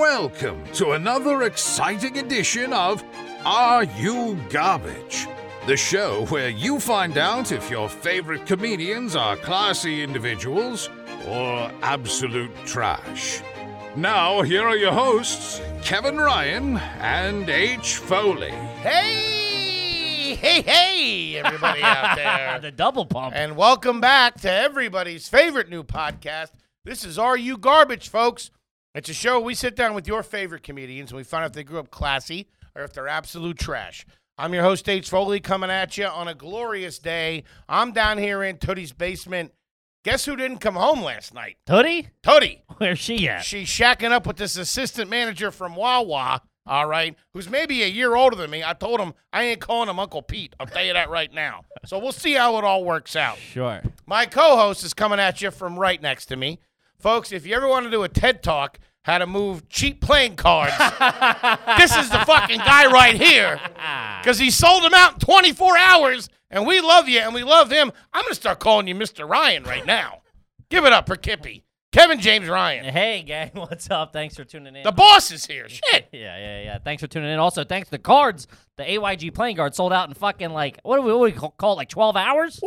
Welcome to another exciting edition of Are You Garbage? The show where you find out if your favorite comedians are classy individuals or absolute trash. Now, here are your hosts, Kevin Ryan and H. Foley. Hey, hey, hey, everybody out there. the double pump. and welcome back to everybody's favorite new podcast. This is Are You Garbage, folks? It's a show we sit down with your favorite comedians and we find out if they grew up classy or if they're absolute trash. I'm your host, H. Foley, coming at you on a glorious day. I'm down here in Tootie's basement. Guess who didn't come home last night? Tootie, Tootie. where's she at? She's shacking up with this assistant manager from Wawa, all right, who's maybe a year older than me. I told him I ain't calling him Uncle Pete. I'll tell you that right now. So we'll see how it all works out. Sure. My co host is coming at you from right next to me. Folks, if you ever want to do a TED Talk, how to move cheap playing cards, this is the fucking guy right here because he sold them out in 24 hours, and we love you and we love him. I'm going to start calling you Mr. Ryan right now. Give it up for Kippy. Kevin James Ryan. Hey, gang, what's up? Thanks for tuning in. The boss is here. Shit. yeah, yeah, yeah. Thanks for tuning in. Also, thanks to the cards. The AYG playing card sold out in fucking like, what do we, what do we ca- call it, like 12 hours?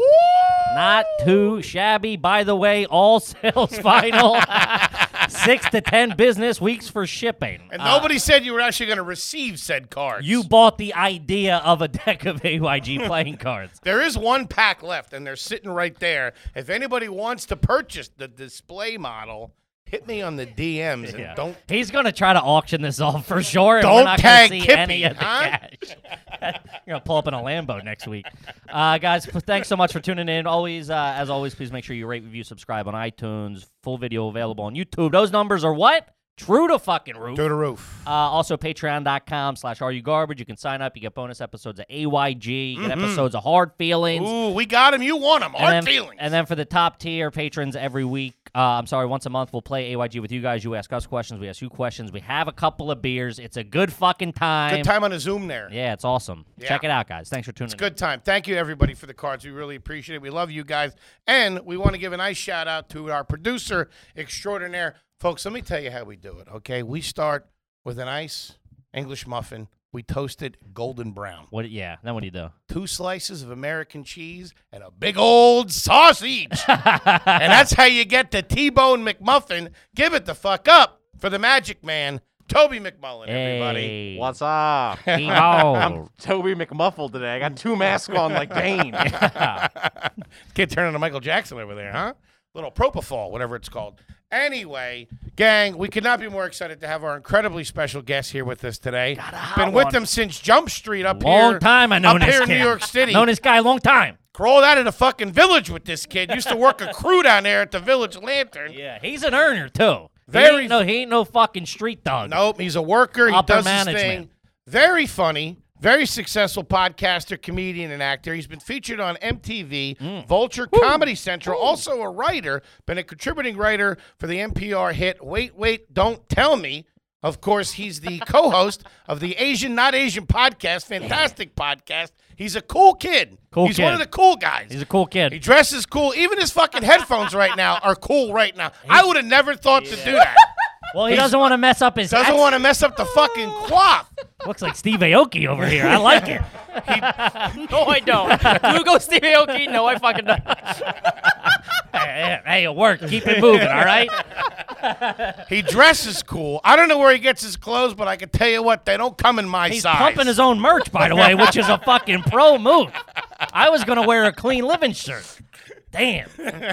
Not too shabby. By the way, all sales final. Six to 10 business weeks for shipping. And Uh, nobody said you were actually going to receive said cards. you bought the idea of a deck of AYG playing cards. There is one pack left, and they're sitting right there. If anybody wants to purchase the display model, hit me on the DMs and Yeah. don't. He's gonna try to auction this off for sure. And we're Don't not tag gonna see Kippy, any of the huh? cash. You're gonna pull up in a Lambo next week, uh, guys. p- Thanks so much for tuning in. Always, uh, as always, please make sure you rate, review, subscribe on iTunes. Full video available on YouTube. Those numbers are what true to fucking roof. the roof. Uh, also, patreon.com slash are you garbage. You can sign up. You get bonus episodes of AYG. You Mm-hmm. get episodes of Hard Feelings. Ooh, we got him. You want him. Hard Uh, and then, feelings. And then for the top tier patrons every week, uh, I'm sorry, once a month, we'll play AYG with you guys. You ask us questions, we ask you questions. We have a couple of beers. It's a good fucking time. good time on a Zoom there. Yeah, it's awesome. Yeah. Check it out, guys. Thanks for tuning in. Good time. Thank you, everybody, for the cards. We really appreciate it. We love you guys. And we want to give a nice shout out to our producer extraordinaire. Folks, let me tell you how we do it, okay? We start with an ice English muffin. We toast it golden brown. What? Yeah. Then what do you do? two slices of American cheese and a big old sausage. and that's how you get the T-Bone McMuffin. Give it the fuck up for the magic man, Toby McMullen, everybody. Hey. oh, What's up? T-Bone. Toby McMuffle today. I got two masks on like Bane. Kid turning to Michael Jackson over there, huh? Little propofol, whatever it's called. Anyway, gang, we could not be more excited to have our incredibly special guest here with us today. Been with one. them since Jump Street up here. Long time I know up this here in kid. New York City. Known this guy a long time. Crawled out of the fucking village with this kid. Used to work a crew down there at the Village Lantern. Yeah, he's an earner too. He Very- ain't no, he ain't no fucking street dog. Nope, he's a worker. He Upper does his thing. management. Very funny, very successful podcaster, comedian, and actor. He's been featured on MTV, Mm. Vulture, Comedy Central. Also a writer, been a contributing writer for the NPR hit "Wait, Wait, Don't Tell Me." Of course, he's the co-host of the Asian Not Asian podcast, fantastic podcast. He's a cool kid. Cool he's one of kid. the cool guys. He's a cool kid. He dresses cool. Even his fucking headphones right now are cool right now. I would have never thought to do that. well, he doesn't want to mess up his. Doesn't accent. want to mess up the fucking quaff. Looks like Steve Aoki over here. I like it. No, I don't. Google Steve Aoki. No, I fucking don't. hey, hey, it worked. Keep it moving. All right. He dresses cool. I don't know where he gets his clothes, but I can tell you what, they don't come in my He's size. pumping his own merch, by the way, which is a fucking pro move. I was gonna wear a clean living shirt. Damn,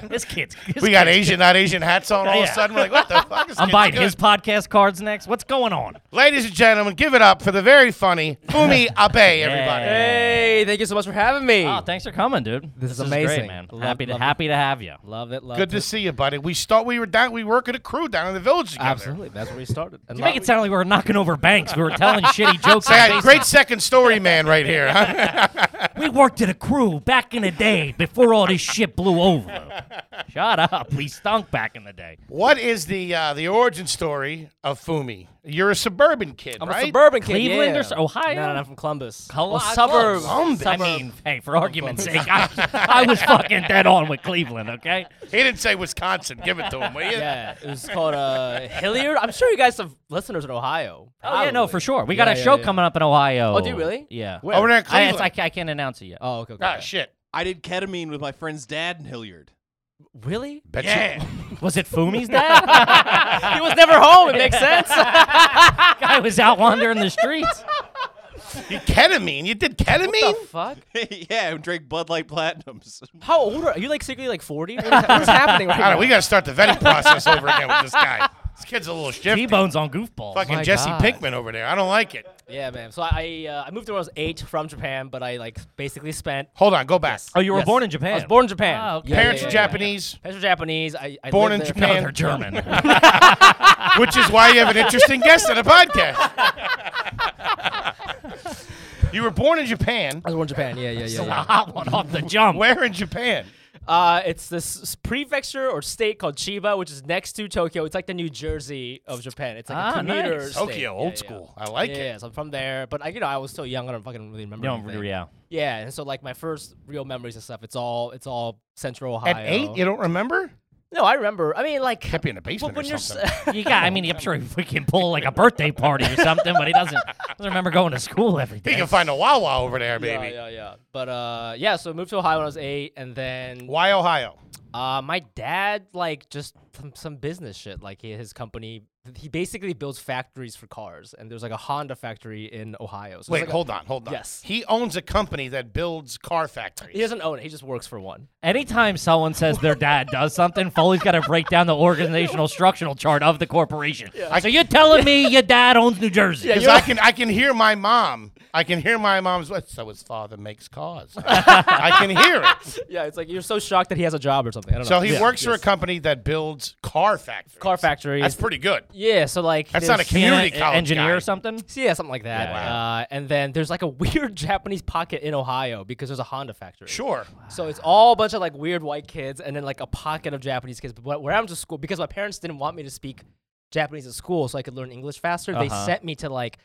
this kid's. this we got kid's- Asian, not Asian hats on all of Yeah. a sudden. We're like, what the fuck is I'm this buying kid his doing? podcast cards next. What's going on? Ladies and gentlemen, give it up for the very funny Fumi Abe, everybody. Yeah. Hey, thank you so much for having me. Oh, thanks for coming, dude. This is great, amazing. man. Love- happy to love it. happy to have you. Love it. Love Good to see you, buddy. We start we were down we work at a crew down in the village together. Absolutely. That's where we started. And You make it sound like we were knocking over banks. We were telling shitty jokes. on Yeah, Facebook. great second story man right here. huh? We worked at a crew back in the day before all this shit blew over. Shut up. We stunk back in the day. What is the uh, the origin story of Fumi? You're a suburban kid, I'm right? a suburban kid. Cleveland yeah. or so- Ohio? No, no, I'm from Columbus. Col- Well, uh, suburb. Columbus. I suburb. mean, hey, for argument's sake, I, I was fucking dead on with Cleveland, okay? He didn't say Wisconsin. Give it to him, will you? yeah, it was called uh, Hilliard. I'm sure you guys have listeners in Ohio. Oh, yeah, no, probably. for sure. We got Yeah, a yeah, show yeah. coming up in Ohio. Oh, do you really? Yeah. Where? Over there in I, it's- Cleveland. I ca- I can't announce it yet. Oh, okay. okay. ah, shit. I did ketamine with my friend's dad in Hilliard. Really? Bet Yeah. you. Was it Fumi's dad? he was never home. It makes sense. Guy was out wandering the streets. You ketamine? You did ketamine? the fuck? yeah, and drank Bud Light Platinums. How old are are you? Like secretly like 40? What is, what is happening right I don't now? know, we got to start the vetting process over again with this guy. This kid's a little shifty. T-Bone's on goofballs. Fucking Oh my Jesse God. Pinkman over there. I don't like it. yeah, man. So I uh, I moved when I was eight from Japan, but I like basically spent. Hold on, go back. oh, you were Yes. born in Japan. I was born in Japan. Oh, okay. Yeah, yeah, Parents yeah, are yeah. Japanese, Parents were Japanese. I, I Born lived in there- Japan. No, they're German. which is why you have an interesting guest on the podcast. you were born in Japan. I was born in Japan. Yeah, yeah, yeah. The yeah. hot one off the jump. Where in Japan? Uh, it's this s- prefecture or state called Chiba, which is next to Tokyo. It's like the New Jersey of Japan. It's like Ah, a commuter nice. state. Tokyo, old school. I like yeah, it. Yeah, so I'm from there, but I, you know, I was so young, I don't fucking really remember. You don't anything. re- yeah. Yeah, and so like my first real memories and stuff, it's all it's all Central Ohio. At eight, you don't remember? No, I remember. I mean, like Kept you in the basement when or you're something. s- You got. I mean, I'm sure if we can pull like a birthday party or something, but he doesn't doesn't remember going to school every You day. can find a Wawa over there, yeah, baby. yeah, yeah. But uh, yeah. So I moved to Ohio when I was eight, and then Why Ohio? Uh, my dad, like, just some, some business shit. Like, he, his company, he basically builds factories for cars, and there's like a Honda factory in Ohio. So it's Wait, like a- hold on, hold on. Yes. He owns a company that builds car factories. he doesn't own it. He just works for one. Anytime someone says their dad does something, Foley's got to break down the organizational structional chart of the corporation. So you're telling me your dad owns New Jersey? Because I can, I can hear my mom. I can hear my mom's. "What- So his father makes cars. I can hear it. Yeah, it's like you're so shocked that he has a job or something. I don't know. So he Yeah. works for a Yes. company that builds car factories. car factory. That's pretty good. yeah, so like That's not a there's- commu- Community Being a- college engineer guy. or something? Yeah, something like that. Yeah. Uh, and then there's like a weird Japanese pocket in Ohio because there's a Honda factory. Sure. So it's all a bunch of like weird white kids and then like a pocket of Japanese kids. But wh- where I'm to school, because my parents didn't want me to speak Japanese at school so I could learn English faster, they Uh-huh. sent me to like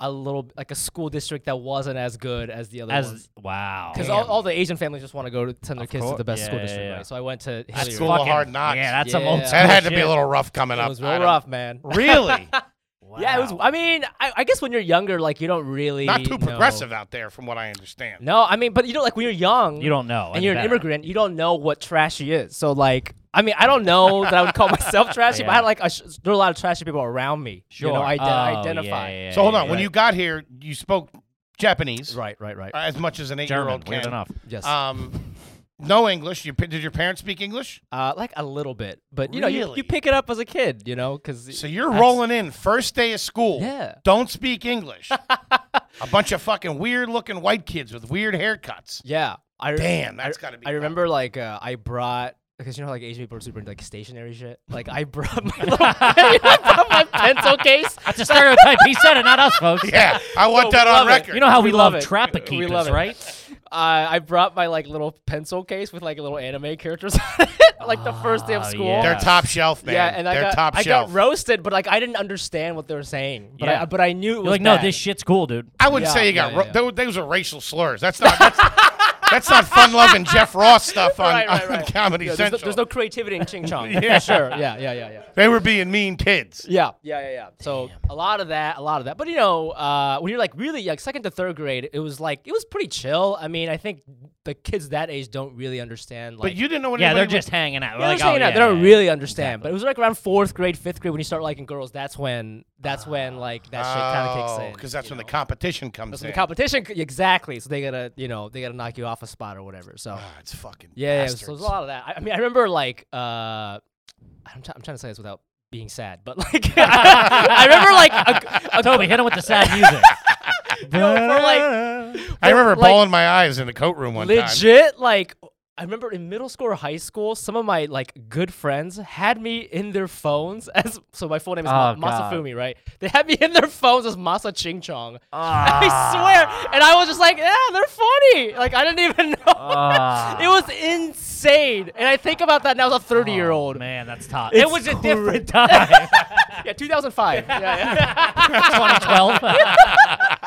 a little, like a school district that wasn't as good as the other ones. As wow. Because all, all the Asian families just want to go to send their kids cour- to the best yeah, school yeah, district, yeah. right? So I went to That's Hilliard. cool. Full of hard knocks. Yeah, that's some old Yeah. school. That had to be shit. a little rough coming It up. was I real don't- rough, man. Really? Yeah, it was. Wow. I mean, I, I guess when you're younger, like you don't really Not too know. progressive out there, from what I understand. No, I mean, but you know, like when you're young, You don't know and any you're an better. immigrant, you don't know what trashy is. So like, I mean, I don't know that I would call myself trashy, but I had like a sh- there were a lot of trashy people around me. Sure. you know, I Oh, yeah, identify. yeah, So hold yeah, on. When yeah. you got here, you spoke Japanese Right, right, Uh, right. as much as an German, eight-year-old weird can. enough. yes, Um, no English. You, did your parents speak English? uh, like a little bit, but you know, you, Really? you pick it up as a kid, you know, because So you're rolling in first day of school. Yeah. Don't speak English. a bunch of fucking weird looking white kids with weird haircuts. Yeah, I re- Damn, I- that's gotta be I rough. remember like uh, I brought because you know how, like Asian people are super into like stationary shit. Like I brought my little, I brought my pencil case. Uh, That's a stereotype. he said it, not us, folks. Yeah, I want that on love it. record. You know how we, We love, love it. trapper We keepers, love it. right? Uh, I brought my like little pencil case with like little anime characters on it, like the first day of Ah, school. yeah. They're top shelf, man. Yeah, and I They're got top I shelf. got roasted, but like I didn't understand what they were saying. But Yeah. I but I knew it was You're like, no, bad. this shit's cool, dude. I wouldn't Yeah, say you got yeah, ro- yeah. tho- those are racial slurs. That's not that's, that's not fun loving Jeff Ross stuff on, Right, right, on right. Comedy Yeah, there's, no, Central. there's no creativity in Ching Chong. yeah, sure. Yeah, yeah, yeah, yeah. they were being mean kids. Yeah, yeah, yeah, yeah. So a lot of that, a lot of that. But you know, uh, when you're like really like second to third grade, it was like it was pretty chill. I mean, I think the kids that age don't really understand. Like, But you didn't know what Yeah, they're anybody just hanging out. Yeah, like, they're saying oh, that. yeah, they don't yeah, really understand. But it was like around fourth grade, fifth grade when you start liking girls. That's when that's when like that shit kind of kicks in. because Ah. Oh, that's you when know? the competition comes That's in. when the competition c- exactly. So they gotta you know they gotta knock you off a spot or whatever. So Ah, it's fucking yeah, yeah, so bastards. there's a lot of that. I, I mean, I remember like uh, I'm, try- I'm trying to say this without being sad, but like I remember like a, a, Toby, hit him with the sad music. you know, for like I remember like- bawling my eyes in the coat room one time. legit like I remember in middle school or high school, some of my like good friends had me in their phones as so my full name is Ma- Oh, God. Masafumi, right? They had me in their phones as Masa Ching Chong. Ah. I swear. And I was just like, yeah, they're funny. Like I didn't even know. Ah. it was insane. And I think about that now as a 30 year old. Oh, Man, that's tough. It's it was a cra- different time. Yeah, 2005. yeah, yeah. 2012.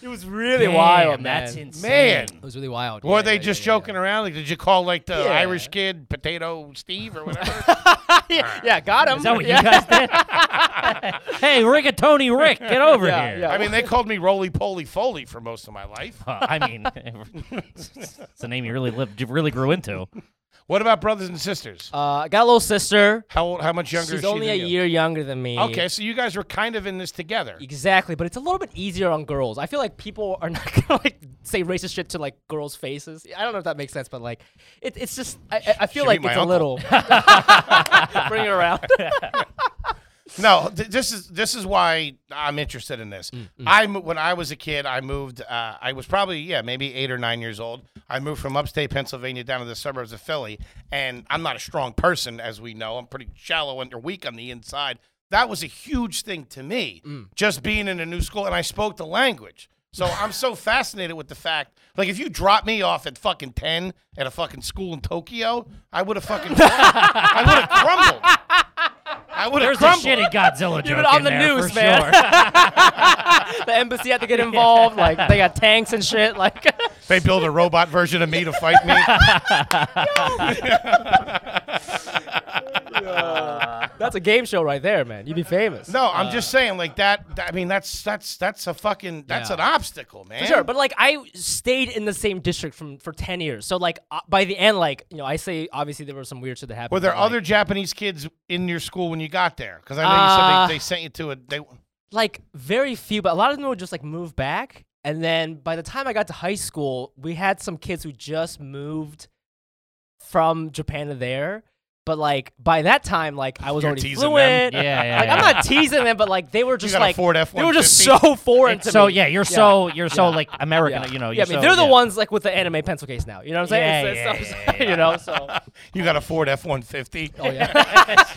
It was really Damn, wild, man. That's insane. Man. It was really wild. Or Yeah, they yeah, just yeah, yeah. joking around? Like, did you call like the Yeah. Irish kid Potato Steve or whatever? yeah, yeah, got him. Is that what yeah. you guys did? hey, Rigatoni Rick, get over Yeah, here. yeah. I mean, they called me Roly Poly Foley for most of my life. Uh, I mean, it's a name you really lived, you really grew into. What about brothers and sisters? Uh, I got a little sister. How old? How much younger? She's is she only than a you? year younger than me. Okay, so you guys were kind of in this together. Exactly, but it's a little bit easier on girls. I feel like people are not gonna like say racist shit to like girls' faces. I don't know if that makes sense, but like, it, it's just I- I, I feel Should like meet it's my a uncle. little. Bring it around. No, th- this is this is why I'm interested in Mm, this. I mo- when I was a kid, I moved. Uh, I was probably yeah, maybe eight or nine years old. I moved from upstate Pennsylvania down to the suburbs of Philly, and I'm not a strong person, as we know. I'm pretty shallow and or weak on the inside. That was a huge thing to me, Mm. just being in a new school, and I spoke the language. So I'm so fascinated with the fact, like, if you drop me off at fucking ten at a fucking school in Tokyo, I would have fucking, crumbled. I would have crumbled. I would have There's crumbled. a shitty Godzilla joke Even on in the there news, for man. sure. the embassy had to get involved. Like they got tanks and shit. Like They build a robot version of me to fight me. that's a game show right there, man. You'd be famous. No, I'm just saying, like that, that- I mean, that's that's that's a fucking that's Yeah. an obstacle, man. For sure, but like I stayed in the same district from for ten years, so like uh, by the end, like you know, I say obviously there was some weird shit that happened. were there but, like- other Japanese kids in your school when you got there? Because I know you said Uh, they, they sent you to a. They, like very few, but a lot of them would just like move back. And then by the time I got to high school, we had some kids who just moved from Japan to there. But like by that time, like I was You're already teasing them. fluent. Yeah, yeah, Like yeah. I'm not teasing them, but like they were just got a like Ford they were just F-150? so foreign to so me. yeah, you're so you're so like American, yeah. you know. Yeah, You're I mean so- they're the yeah. ones like with the anime pencil case now. You know what I'm saying? Yeah, It's- yeah, it's- yeah, yeah. You know, so you got a Ford F-150. oh, yeah.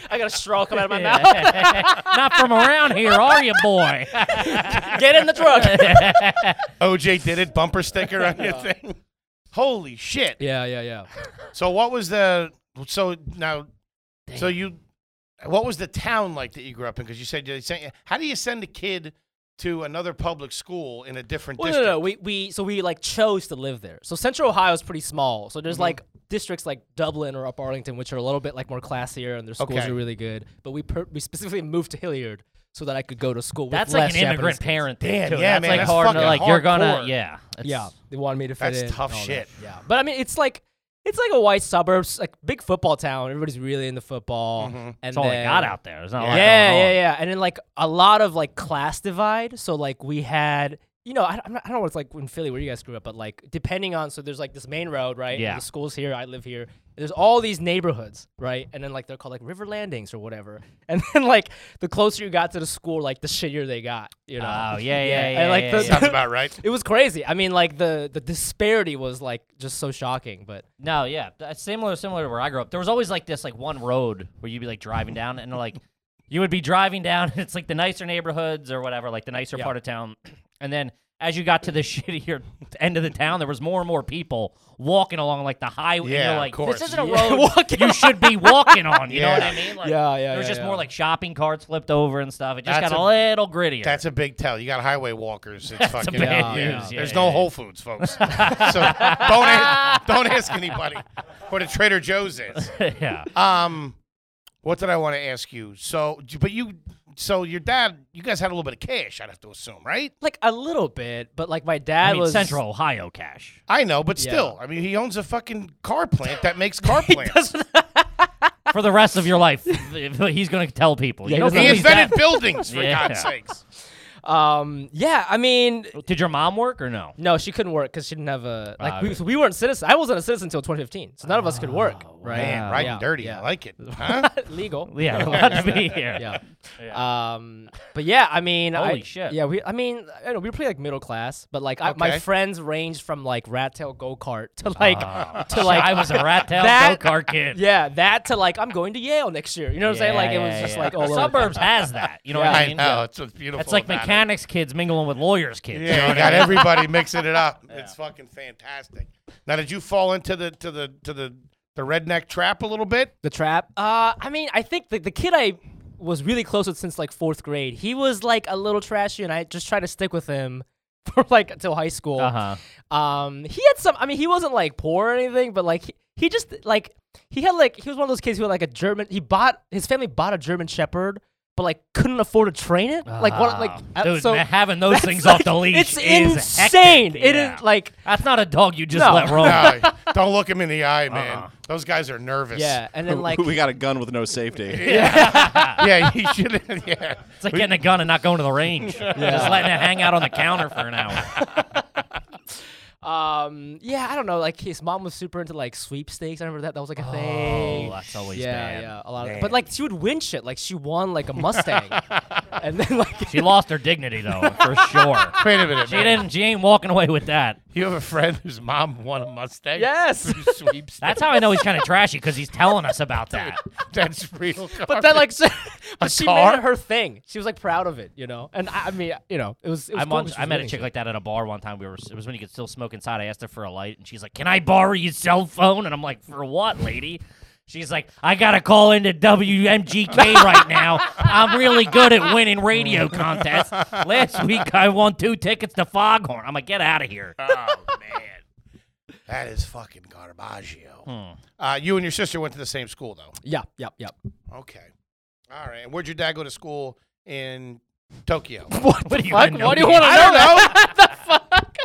I got a straw coming out of my mouth. Not from around here, are you, boy? Get in the truck. OJ did it. Bumper sticker on your thing. Holy shit! yeah, yeah, yeah. So what was the? So now, so you, what was the town like that you grew up in? Because you said you sent. How do you send a kid to another public school in a different Well, no, district? no, no. We, we so we like chose to live there. So Central Ohio is pretty small. So there's Mm-hmm. like districts like Dublin or up Arlington, which are a little bit like more classier, and their schools Okay. are really good. But we per- we specifically moved to Hilliard so that I could go to school. With That's like less an immigrant Japanese kids. parent thing. Damn, too. yeah, that's man, like that's hard. to, fucking like you're gonna, hardcore. yeah, it's- Yeah, they wanted me to fit That's in. and tough all that. shit. Yeah, but I mean, it's like it's like a white suburbs, like big football town. Everybody's really into football, and Mm-hmm. That's all they then- got out there. There's not a lot yeah, going yeah, on. yeah. And then like a lot of like class divide. So like we had, you know, I, I'm not- I don't know what it's like in Philly where you guys grew up, but like depending on, so there's like this main road, right? And Yeah. The school's here. I live here. There's all these neighborhoods, right? And then like they're called like river landings or whatever. And then like the closer you got to the school, like the shittier they got. You know? Oh, yeah, yeah, yeah, and like yeah, the, yeah. Sounds about right. it was crazy. I mean, like the the disparity was like just so shocking. But No, yeah, th- uh, similar, similar to where I grew up. There was always like this, like one road where you'd be like driving down, and like you would be driving down. And it's like the nicer neighborhoods or whatever, like the nicer part of town. And then as you got to the shittier end of the town, there was more and more people walking along like the highway. Yeah, and of you're like, course. this isn't a Yeah, road walking you should be walking on. You know what I mean? Like, Yeah, yeah, There was yeah, just yeah. more like shopping carts flipped over and stuff. It just That's got a, a- little grittier. That's a big tell. You got highway walkers. It's fucking yeah, bad news. Yeah, There's yeah, no yeah. Whole Foods, folks. so don't ask, don't ask anybody what a Trader Joe's is. yeah. Um, what did I want to ask you? So, but you, so your dad, you guys had a little bit of cash. I'd have to assume, right? like a little bit. But like my dad I mean, was Central Ohio cash. I know, but Yeah. still, I mean, he owns a fucking car plant that makes car plants. For the rest of your life, he's going to tell people. Yeah, you he don't doesn't He believe At least invented buildings, for Yeah. God's sakes. Um, yeah, I mean, Did your mom work or no? No, she couldn't work because she didn't have a like. Ah, we, okay. Ah, so we weren't citizens. I wasn't a citizen until 2015, so none of us could work. right? Man, Wow. right Yeah, and dirty. yeah. I like it. Huh? Legal. Yeah, allowed to be here. yeah. Um, but yeah, I mean, Holy I, shit. Yeah, we. I mean, I don't know, we were pretty like middle class, but like I, Okay. my friends ranged from like rat tail go kart Oh, to like to like Ah. I was a rat tail That- go-kart kid. yeah that to like I'm going to Yale next year. You know what I'm saying? Like it was yeah, just yeah. like all over the suburbs has that. You know what I I mean? know. It's what's beautiful. That's like about it. mechanics kids mingling with lawyers kids. you know Yeah, you what I got mean? everybody mixing it up. It's fucking fantastic. Now, did you fall into the to the to the the redneck trap a little bit? The trap? Uh, I mean, I think the, the kid I was really close with since like fourth grade, he was like a little trashy, and I just tried to stick with him for like until high school. Uh-huh. Um, he had some. I mean, he wasn't like poor or anything, but like he, he just like he had like he was one of those kids who had like a German. He bought his family bought a German Shepherd. But like couldn't afford to train it, like what? Like uh, Ah, Dude, so man, having those that's, things like- off the leash It's is insane. hectic, It yeah. is like That's not a dog you just No. let roll. No, don't look him in the eye, man. Those guys are nervous. yeah, and then like we got a gun with no safety. yeah. You should. Yeah, It's like getting a gun and not going to the range. Just letting it hang out on the counter for an hour. Um. Yeah, I don't know. Like his mom was super into like sweepstakes. I remember that. That was like a thing. Oh, that's always yeah, bad. yeah. A lot of. But like she would win shit. Like she won like a Mustang, and then like She lost her dignity though, for sure. Wait a minute. She man. didn't. She ain't walking away with that. You have a friend whose mom won a Mustang. yes. Through sweepstakes. That's how I know he's kind of trashy because he's telling us about that. That's real. But then like, she, but she made car? it her thing. She was like proud of it, you know. And I, I mean, you know, it was. It was I'm cool on, 'cause she I was met a winning chick shit. like that at a bar one time. We were. It was when you could still smoke inside. I asked her for a light, and she's like, "Can I borrow your cell phone?" And I'm like, "For what, lady?" She's like, "I gotta call into WMGK right now. I'm really good at winning radio contests. Last week I won two tickets to Foghorn. I'm like, get out of here. Uh, Oh, that is fucking garbaggio. Uh, you and your sister went to the same school though. Yeah. Yep. Yep. Okay. All right. And where'd your dad go to school in Tokyo? What, do you Fuck. even Why do know you want to I know? don't know. the fuck?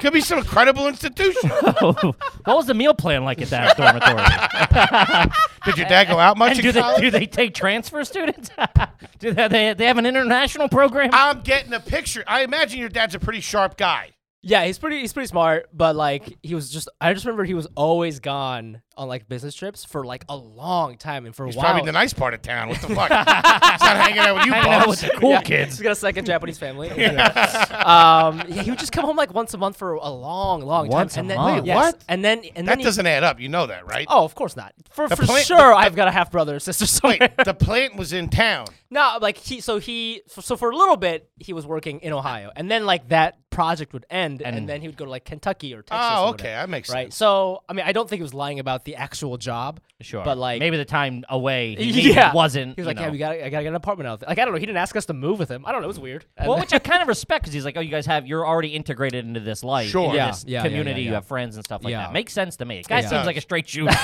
Could be some credible institution. what was the meal plan like at that dormitory? Did your dad go out much And do in they college? do they take transfer students? do they, they they have an international program? I'm getting a picture. I imagine your dad's a pretty sharp guy. Yeah, he's pretty. He's pretty smart, but like he was just. I just remember he was always gone on like business trips for like a long time, and for He's a while. probably in the nice part of town. What the fuck? He's not hanging out with you Hanging out with bums. the cool Yeah, kids. He's got a second Japanese family. um, yeah, he would just come home like once a month for a long, long Once a time. and then, month? Wait, Yes, what? And then and That then doesn't add up. You know that, right? He, oh, of course not. For, The for plan- sure, I've got a half brother or sister somewhere. Wait, the plant was in town. no, like he. So he. So for a little bit, he was working in Ohio, and then like that project would end, and, then he would go to like Kentucky or Texas. Oh, or okay, whatever, that makes right. sense. So I mean, I don't think he was lying about the actual job. Sure. But like maybe the time away he needed yeah, wasn't. He you was like, yeah, know. we got. I gotta get an apartment out. There. Like I don't know. He didn't ask us to move with him. I don't know. It was weird. And well, then- which I kind of respect because he's like, oh, you guys have you're already integrated into this life, Sure. into Yeah, this yeah, yeah, yeah, community, you yeah. have friends and stuff like Yeah. that. Makes sense to me. This guy Yeah. seems like a straight shooter.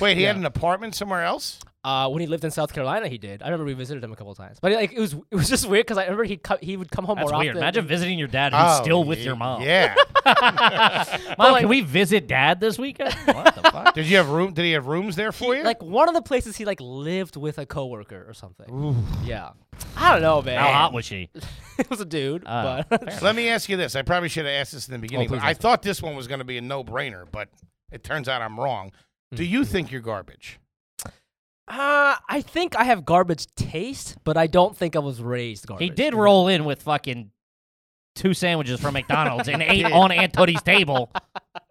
Wait, he had an apartment somewhere else? Uh, when he lived in South Carolina, he did. I remember we visited him a couple times, but like it was it was just weird because I remember he co- he would come home That's more weird. often. Imagine visiting your dad who's Oh, still with ye- your mom. Yeah. Mom, like- can we visit dad this weekend? what the fuck? did you have room? Did he have rooms there for you? like one of the places he like lived with a coworker or something. Yeah, I don't know, man. How hot was she? it was a dude, Uh, but Let me ask you this. I probably should have asked Oh, this in the beginning. but I thought this one was going to be a no-brainer, but it turns out I'm wrong. Hmm. Do you think you're garbage? uh, I think I have garbage taste, but I don't think I was raised garbage. He did roll in with fucking two sandwiches from McDonald's and ate on Aunt Tootie's table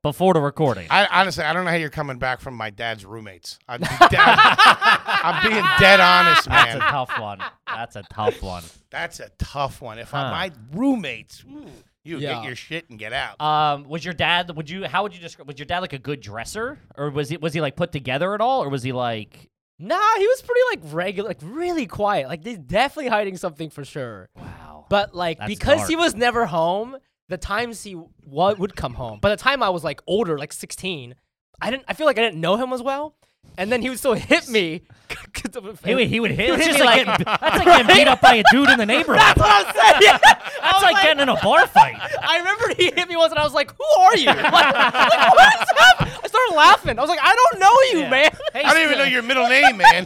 before the recording. I honestly, I don't know how you're coming back from my dad's roommates. I'm, be- I'm being dead honest, That's man. a tough one. That's a tough one. That's a tough one. If I, Huh. my roommates, ooh, you Yeah. get your shit and get out. Um, was your dad? Would you? How would you describe? Was your dad like a good dresser, or was he was he like put together at all, or was he like? Nah, he was pretty like regular, like really quiet. Like he's definitely hiding something for sure. Wow. But like That's because he dark. was never home, the times he wa would come home. By the time I was like older, like 16, I didn't. I feel like I didn't know him as well. And then he would still hit me. 'cause of- He would, he would hit. would It's hit just me like, like- getting, that's like getting beat up by a dude in the neighborhood. That's what I'm saying. I That's was like, like- getting in a bar fight. I remember he hit me once, and I was like, "Who are you?" Like, like, what is up? I started laughing. I was like, "I don't know you, Yeah. man." Hey, I don't even know your middle name, man.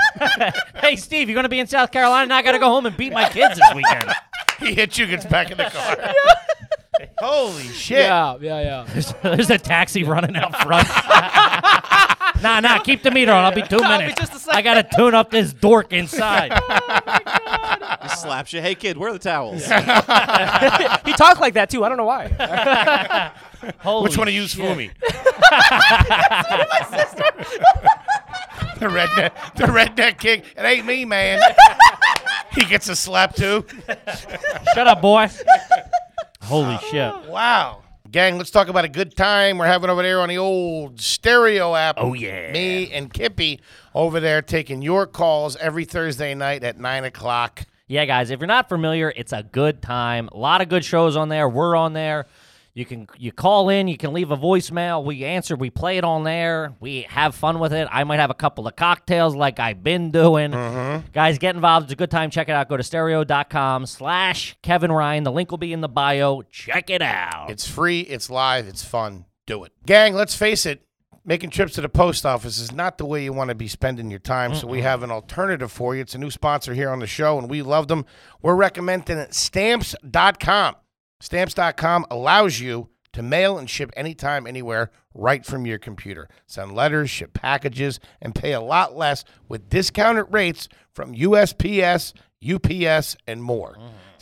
Hey, Steve, you're gonna be in South Carolina, and I gotta go home and beat my kids this weekend. he hits you, gets back in the car. Holy shit! Yeah, yeah, yeah. There's, there's a taxi running out front. nah, nah, keep the meter on. I'll be two I'll be minutes. just a second. I gotta tune up this dork inside. He slaps you. Hey, kid, where are the towels? he talked like that too. I don't know why. Holy Which one of you's shit. Fumi? the redneck, the redneck king. It ain't me, man. he gets a slap too. Shut up, boy. Holy shit. Wow. Gang, let's talk about a good time we're having over there on the old stereo app. Oh, yeah. Me and Kippy over there taking your calls every Thursday night at nine o'clock. Yeah, guys, if you're not familiar, it's a good time. A lot of good shows on there. We're on there. You can you call in, you can leave a voicemail. We answer, we play it on there. We have fun with it. I might have a couple of cocktails like I've been doing. Guys, get involved. It's a good time. Check it out. Go to stereo.com slash Kevin Ryan. The link will be in the bio. Check it out. It's free, it's live, it's fun. Do it. Gang, let's face it, making trips to the post office is not the way you want to be spending your time. So we have an alternative for you. It's a new sponsor here on the show, and we love them. We're recommending stamps.com. Stamps.com allows you to mail and ship anytime, anywhere, right from your computer. Send letters, ship packages, and pay a lot less with discounted rates from USPS, UPS, and more.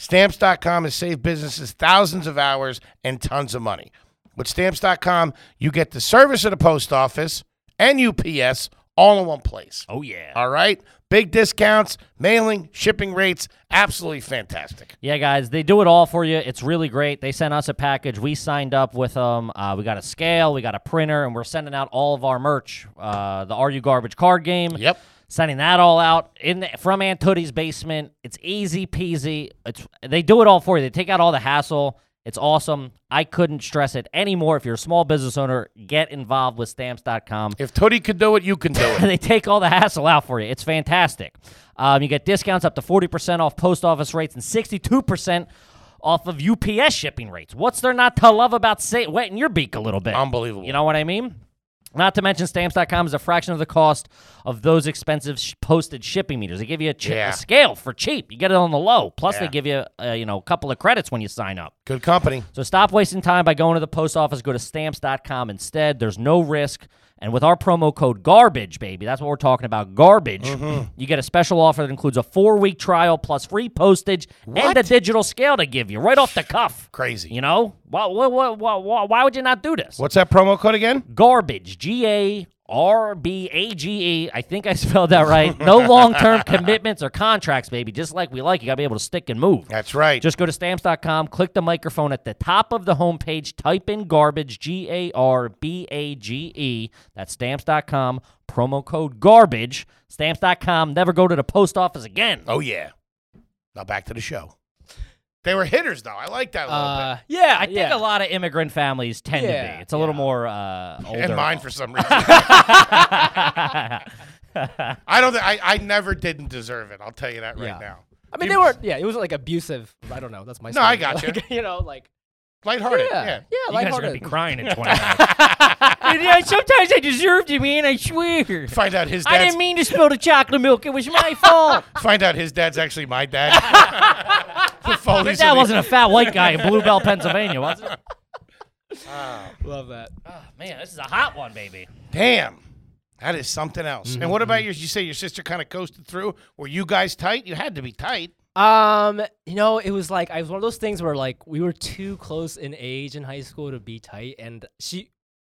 Stamps.com has saved businesses thousands of hours and tons of money. With Stamps.com, you get the service of the post office and UPS all in one place. Oh, yeah. All right? Big discounts, mailing, shipping rates, absolutely fantastic. Yeah, guys, they do it all for you. It's really great. They sent us a package. We signed up with them. Uh, we got a scale, we got a printer, and we're sending out all of our merch. Uh, the Are You Garbage card game. Yep. Sending that all out in the, from Aunt Tootie's basement. It's easy peasy. It's they do it all for you. They take out all the hassle. It's awesome. I couldn't stress it anymore. If you're a small business owner, get involved with stamps.com If Tootie could do it, you can do it. they take all the hassle out for you. It's fantastic. Um, you get discounts up to 40% off post office rates and 62% off of UPS shipping rates. What's there not to love about say, wetting your beak a little bit? Unbelievable. You know what I mean? Not to mention stamps.com is a fraction of the cost of those expensive sh- posted shipping meters. They give you a, chi- a Yeah. scale for cheap. You get it on the low. Plus Yeah. they give you uh, you know a couple of credits when you sign up. Good company. So stop wasting time by going to the post office. Go to stamps.com instead. There's no risk. And with our promo code GARBAGE, baby, that's what we're talking about garbage, you get a special offer that includes a four week trial plus free postage and a digital scale to give you right off the cuff. Crazy. You know? Why, why, why, why, why would you not do this? What's that promo code again? garbage g a r b a g e i think i spelled that right no long-term commitments or contracts baby just like we like you gotta be able to stick and move That's right. just go to stamps.com click the microphone at the top of the homepage type in garbage g a r b a g e that's stamps.com promo code garbage stamps.com never go to the post office again oh, yeah. Now back to the show. They were hitters, though. I like that a little Uh, yeah, i think yeah. a lot of immigrant families tend to Yeah, be it's a little more uh older bit. And mine for some reason. I don't. thi- I, I never didn't deserve it. I'll tell you that right Yeah. now. I mean, they were. Yeah, it was like abusive. I don't know. That's my. No, I style. gotcha. Like, you know, like Lighthearted. Yeah. yeah, you yeah. guys are gonna be lighthearted. crying in 20 minutes. sometimes I deserved it, man. I swear. Find out his I dad's. didn't mean to spill the chocolate milk. It was my fault. find out his dad's actually my dad. The Foley's But of that the- wasn't a fat white guy in Blue Bell, Pennsylvania, was it? Love that. Man, this is a hot one, baby. Damn. That is something else. And what Mm-hmm. about yours? You say your sister kind of coasted through. Were you guys tight? You had to be tight. Um, you know, it was like I was one of those things where like we were too close in age in high school to be tight, and she.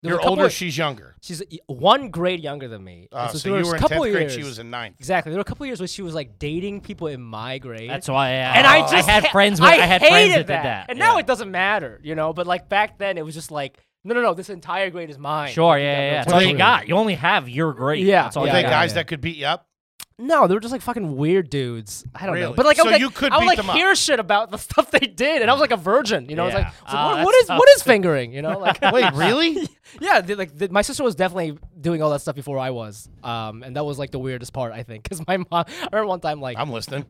there was a You're couple older. of- She's younger. she's y- one grade younger than me. And Uh, so, there you was were a in couple tenth grade. years, She was in ninth. exactly. There were a couple years where she was like dating people in my grade. That's why. uh, I, and I just had ha- friends. With, I, had friends hated that, did that. And now it doesn't matter, you know. But like back then, it was just like, no, no, no, this entire grade is mine. Sure, You yeah, yeah. got no yeah. That's choice. all you got. You only have your grade. Yeah, That's all Were yeah, they you got. guys yeah. that could beat you up? No, they were just like fucking weird dudes. I don't know. Really? But like, I So would, like, you could I would beat like them up. hear shit about the stuff they did, and I was like a virgin, you know. Yeah. It's like, it's like, Ah, what- what that's is tough what is fingering, you know? Like, Wait, really? yeah, they, like the, my sister was definitely doing all that stuff before I was, um, and that was like the weirdest part, I think, because my mom. I remember one time, like, I'm listening.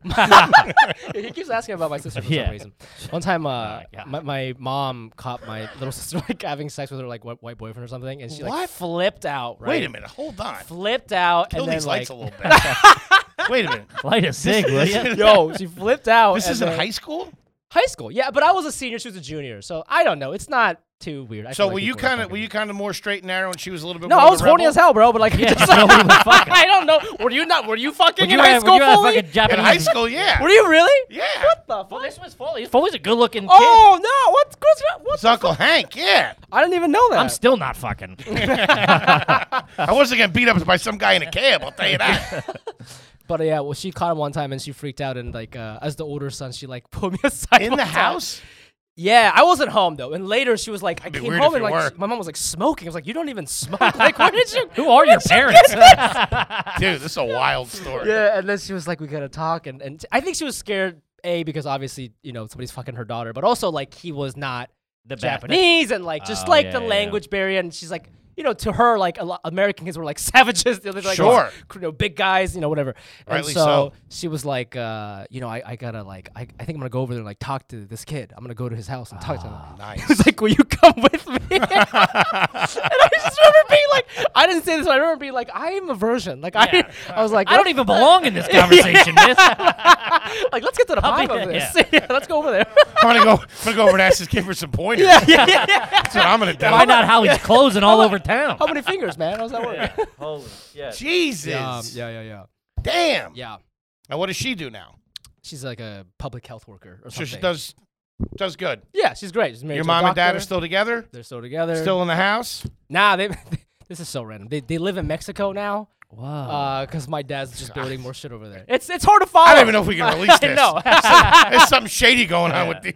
he keeps asking about my sister for Yeah. some reason. One time, Oh, uh, yeah. my, my mom caught my little sister like having sex with her like white, white boyfriend or something, and she like What? flipped out. Right? Wait a minute. Hold on. Flipped out Kill and then these lights like, a little bit. Wait a minute. Light a cig, will ya? yo, she flipped out. This and is in then- high school? High school, yeah, but I was a senior, she was a junior, so I don't know. It's not too weird. I So feel like were you people are kind of fucking- were you kind of more straight and narrow, and she was a little bit No, more I of a was horny rebel? as hell, bro. But like, I, just, so we were fucking- I don't know. Were you not? Were you fucking Would in you high have, school would you have fully? fucking Japanese? in high school. Yeah, Were you really? yeah. What the Well, fuck? this was Foley. Foley's a good-looking kid. Oh no! What's what's what's? It's Uncle Hank. Yeah, I didn't even know that. I'm still not fucking. I wasn't getting beat up by some guy in a cab. I'll tell you that. But uh, yeah, well, she caught him one time and she freaked out and like, uh, as the older son, she like pulled me aside. In one the time. house, Yeah, I wasn't home though. And later she was like, I be came weird home if and you like, were. sh- my mom was like smoking. I was like, you don't even smoke. Like, where did you? Who are your parents? dude. This is a wild story. Yeah, and then she was like, we gotta talk. And and I think she was scared a because obviously you know somebody's fucking her daughter, but also like he was not the Japanese. Japanese and like just Oh, like yeah, the yeah, yeah. language barrier. And she's like, you know, to her like a lot, American kids were like savages. They're like, Sure. you know, big guys, you know, whatever. And Rightly so. she was like, uh, you know, I, I gotta like, I, I think I'm gonna go over there and like talk to this kid. I'm gonna go to his house and talk to him. Ah, Nice. He was like, will you come with me? and I just remember being like, I didn't say this, but I remember being like, I am a virgin. Like Yeah. I, I was like, I don't "Let's- even belong in this conversation. miss. like let's get to the I'll be- bottom of yeah. this. Yeah, let's go over there. I'm gonna go. I'm gonna go over and ask this kid for some pointers. yeah, yeah, yeah. That's what I'm gonna do. Find out how he's closing all over town. How many fingers, man? How's that work? Holy shit. Jesus. Um, yeah, yeah, yeah, Damn. yeah. Now what does she do now? She's like a public health worker or So something. she does does good. Yeah, she's great. She's married Your to a mom and dad doctor. are still together. They're still together. Still in the house. Nah, they. this is so random. They, they live in Mexico now. Whoa. Because my dad's just building more shit over there. It's it's hard to follow. I don't even know if we can release this. Oh. no. There's something shady going on with the,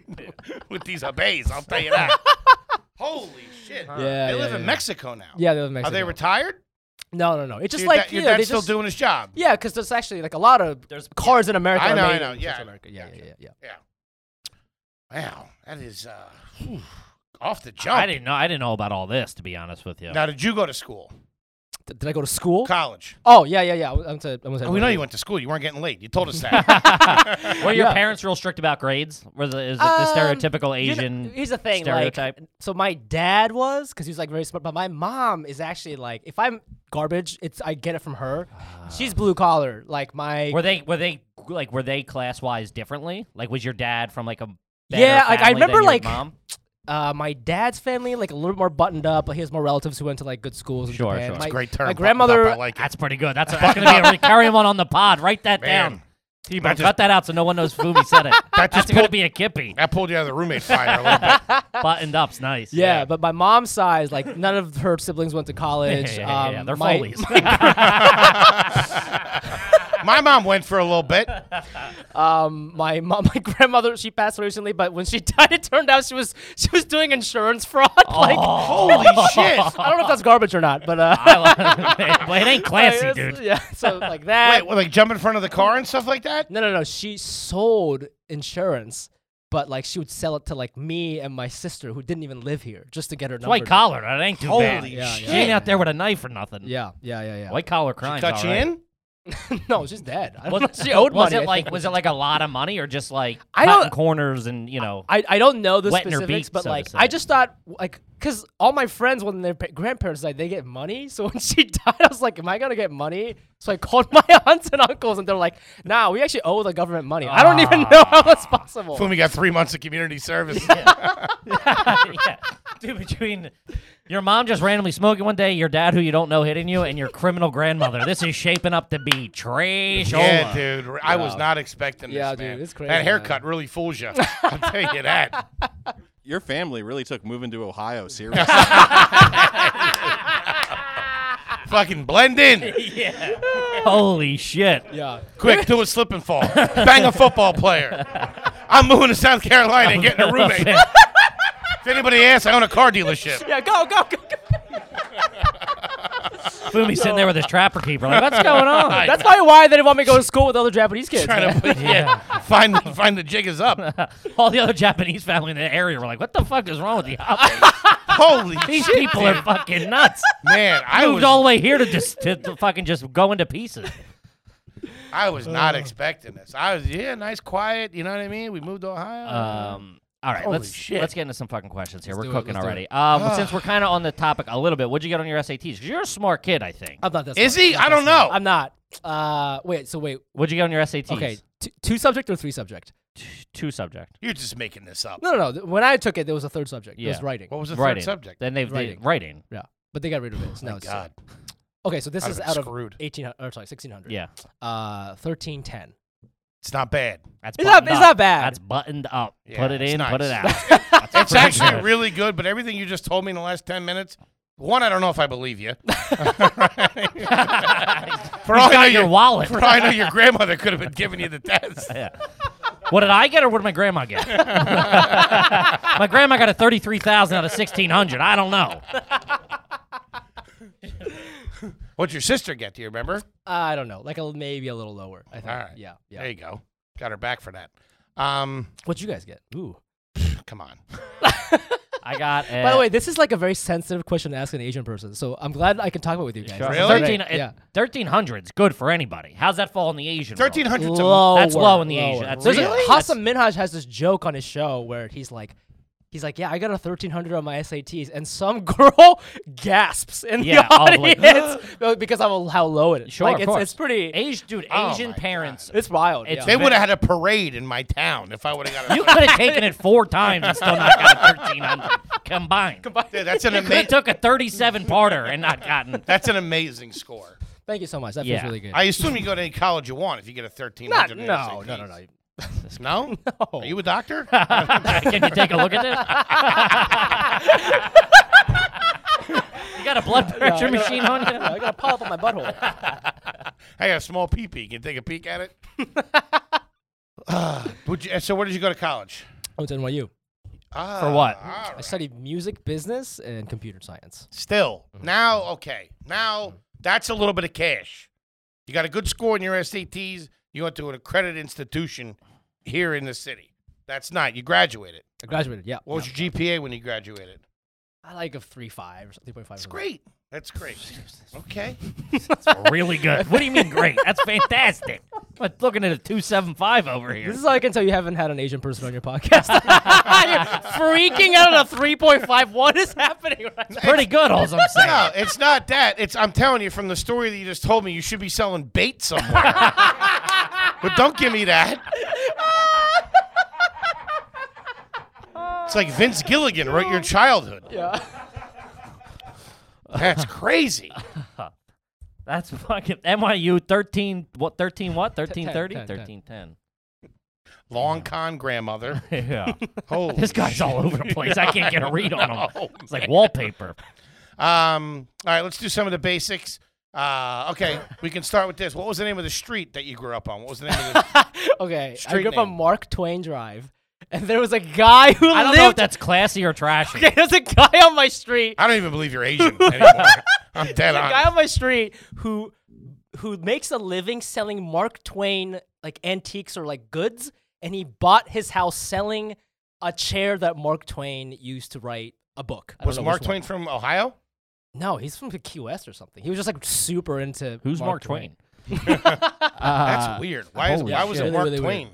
with these abeys. I'll tell you that. Holy shit! Yeah, they yeah, live in yeah. Mexico now. Yeah, they live in Mexico. Are they retired? No, no, no. It's just your like da- you your know, they dad's still just- doing his job. Yeah, because there's actually like a lot of there's cars in America. I are know, I made in know, yeah. Central America. Yeah, yeah, yeah, yeah. Wow, that is uh, whew, off the jump. I didn't know. I didn't know about all this. To be honest with you. Now, did you go to school? Th- Did I go to school? College? Oh yeah, yeah, yeah. I went to. I went to Oh, we know you went to school. You weren't getting late. You told us that. Were your Yeah. parents real strict about grades? Was it, is it Um, the stereotypical You know, Asian? here's the thing, stereotype. like, so my dad was because he was like very smart, but my mom is actually like, if I'm garbage, it's I get it from her. She's blue collar, like my. Ah. were they were they like were they class wise differently? Like was your dad from like a better Yeah, like, family I than remember, your like, mom. uh, my dad's family like a little bit more buttoned up, but he has more relatives who went to like good schools. In Sure, Japan. sure. My, Great term. buttoned up. I My grandmother. like it. That's pretty good. That's, that's gonna be a recurring one on the pod. Write that Man. down. T-Bone, That just- cut that out so no one knows Fumi said it. that's just gonna pulled- be a kippy. That pulled you out of the roommate fire a little bit. Buttoned up's nice. Yeah, but my mom's side, like none of her siblings went to yeah, college. yeah, yeah, yeah. Um, They're my- Foley's. My mom went for a little bit. Um, my mom, my grandmother, she passed away recently, but when she died, it turned out she was she was doing insurance fraud. like, Oh. Holy shit! I don't know if that's garbage or not, but uh, well, it ain't classy, Like, it's- dude. Yeah, so like that. Wait, what, like jump in front of the car and stuff like that? No, no, no. She sold insurance, but like she would sell it to like me and my sister who didn't even live here just to get her It's number. white collar. That ain't too bad. Holy Yeah, She yeah. ain't out there with a knife or nothing. Yeah, yeah, yeah, yeah. White collar crime. Got you in? no, she's dead. I don't know. Was, She owed was money. I it think, like when was she it like a lot of money or just like I cutting don't- corners and you know? I, I don't know the Wetting her specifics, beak, but so to like say. I just thought like because all my friends when their pa- grandparents died they get money, so when she died I was like, am I gonna get money? So I called my aunts and uncles and they're like, nah, we actually owe the government money. I don't Ah. even know how it's possible. Fumi got three months of community service. yeah. Dude, between your mom just randomly smoking one day, your dad who you don't know hitting you, and your criminal grandmother, this is shaping up to be trash. yeah, dude. I was not expecting this. Yeah, dude, man. it's crazy, That man. haircut really fools you. I'll tell you that. Your family really took moving to Ohio seriously. Fucking blend in. Oh, Holy shit. yeah, Quick, do a slip and fall. Bang a football player. I'm moving to South Carolina and getting a roommate. if anybody asks, I own a car dealership. yeah, go go go. go. Fumi's sitting there with his trapper keeper. Like, what's going on? That's probably why they didn't want me to go to school with other Japanese kids. Trying to put, yeah, find find the jig is up. All the other Japanese family in the area were like, what the fuck is wrong with the Yappos? Holy These shit, people are fucking nuts. man! I Moved was all the way here to just to, to fucking just go into pieces. I was Uh. not expecting this. I was yeah, nice, quiet. You know what I mean? We moved to Ohio. Uh. Um, all right, Holy let's shit. let's get into some fucking questions here. do we're it, cooking let's do already. Um, well, since we're kind of on the topic a little bit, what'd you get on your SATs? Because you're a smart kid, I think. I'm not that. Is smart. he? I don't know. I'm not. Uh, wait. So wait. What'd you get on your SATs? Okay, t- two subject or three subject? t- two subject. You're just making this up. No, no, no. th- When I took it, there was a third subject. It was Yeah. writing. What was the writing. third subject? Then they've writing. Writing. They, writing. Yeah, but they got rid of it. so now My it's God, Okay, so this I'd is have out of screwed. 1800 or sorry 1600. Yeah, Uh, 1310. It's not bad. that's It's not- buttoned it's up. not bad. That's buttoned up. Yeah, put it it's in. nice. Put it out. That's It's pretty actually good. really good, but everything you just told me in the last 10 minutes, one, I don't know if I believe you. For all I know, He's got your your, wallet. for all I know, your grandmother could have been giving you the test. Yeah. What did I get, or what did my grandma get? my grandma got a thirty-three thousand out of sixteen hundred. I don't know. What'd your sister get? Do you remember? I don't know, like a, maybe a little lower. I think. All right. Yeah, yeah. There you go. Got her back for that. Um, What'd you guys get? Ooh. come on. I got. A, By the way, this is like a very sensitive question to ask an Asian person, so I'm glad I can talk about it with you guys. Sure. This is Really? 13, great. it- yeah. 1300's good for anybody. How's that fall in the Asian? world? 1300s. a Lower, That's low in the Asian- lower. that's- There's a- Really? Hassan Minhaj has this joke on his show where he's like, he's like, yeah, I got a 1300 on my SATs, and some girl gasps in Yeah, the I was like, audience because of how low it is. Sure, like, of it's, course. it's pretty. Asian dude, Oh Asian my parents. It's wild. It's yeah. They would have had a parade in my town if I would have got a You could have taken it four times and still not got a thirteen hundred combined. Dude, that's an Could have amazing. took a thirty-seven parter and not gotten. That's an amazing score. Thank you so much. That Yeah. feels really good. I assume you go to any college you want if you get a thirteen Not, hundred. no, no, no, no. no, No. Are you a doctor? Can you take a look at this? you got a blood pressure machine on you? I gotta pop up my butthole. I got a small pee pee. Can you take a peek at it? Ah, would you, so where did you go to college? I went to NYU. Ah, For what? all I right. studied music, business, and computer science. Still now, okay. Now that's a little bit of cash. You got a good score in your SATs. You went to an accredited institution here in the city. That's not. You graduated. I graduated. Yeah. What was your GPA when you graduated? I like a three five or three point five. That's great. That's great. Okay. Really good. What do you mean great? That's fantastic. But looking at a two seven five over here. This is how I can tell you haven't had an Asian person on your podcast. You're freaking out at a three point five. What is happening? Right now? Pretty good, all I'm saying. No, it's not that. It's I'm telling you from the story that you just told me, you should be selling bait somewhere. but don't give me that. It's like Vince Gilligan wrote your childhood. Yeah. That's crazy. That's fucking NYU thirteen what thirteen what? Thirteen thirty? ten, ten. Thirteen ten. Long con grandmother. Yeah. Holy This guy's all over the place. I can't get a read on him. It's like wallpaper. Um, all right, let's do some of the basics. Uh, okay, we can start with this. What was the name of the street that you grew up on? What was the name of the okay. I Street grew up on name. Mark Twain Drive, and there was a guy who I don't lived. know if that's classy or trashy. okay, there's a guy on my street. I don't even believe you're Asian anymore. I'm dead There's a guy on. on my street who who makes a living selling Mark Twain like antiques or like goods, and he bought his house selling a chair that Mark Twain used to write a book. I don't Was know Mark which one. Twain from Ohio? No, he's from the Key West or something. He was just like super into Who's Mark, Twain? That's weird. Why, is, holy why was Uh, shit. it Mark Really, really Twain?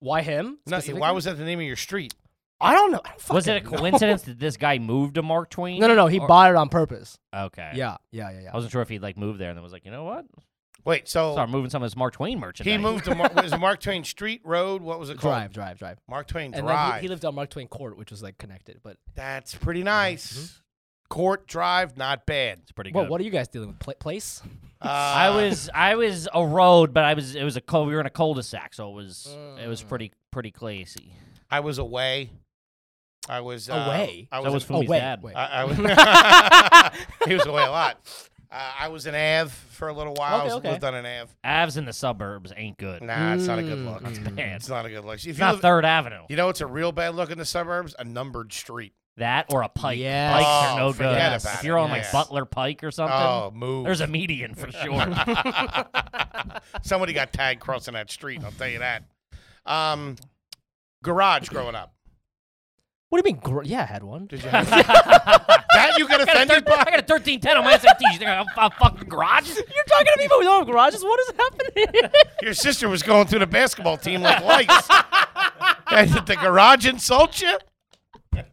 Why him? No, specifically? why was that the name of your street? I don't know. I don't Was it a fucking know. coincidence that this guy moved to Mark Twain? No, no, no. He Or- bought it on purpose. Okay. Oh, Yeah, yeah, yeah, I wasn't sure if he'd like moved there and then was like, you know what? Wait, so Start moving some of this Mark Twain merchandise. Oh. he moved to Mar- was it Mark Twain Street Road? What was it called? Drive, drive, drive. Mark Twain And Drive. then he, he lived on Mark Twain Court, which was like connected. But That's pretty nice. Mm-hmm. Court Drive, not bad. It's pretty Whoa, good. what are you guys dealing with? Pla- place? Uh, I was I was a road, but I was it was a cul- we were in a cul-de-sac, so it was it was pretty pretty classy. I was away. I was uh, Away? I That was was. from oh his wait, dad. wait. I, I was he was away a lot. Uh, I was in Av for a little while. Okay, I was, okay. lived on an Av. Avs in the suburbs ain't good. Nah, it's not a good look. It's Mm-hmm. bad. It's not a good look. If you, It's not live- Third Avenue. you know, it's a real bad look in the suburbs. A numbered street. That or a pike. Yes. Pikes are Oh, no good. forget about if it. you're on like Yes. Butler Pike or something, Oh, move. there's a median for sure. Somebody got tagged crossing that street. I'll tell you that. Um, garage growing up. What do you mean? Gr- yeah, I had one. Did you have that? You got offended I by? got a thirteen ten on my SAT. You think I'm, I'm fucking garage? You're talking to people who don't have garages. What is happening? Your sister was going through the basketball team like lights. And did the garage insult you? All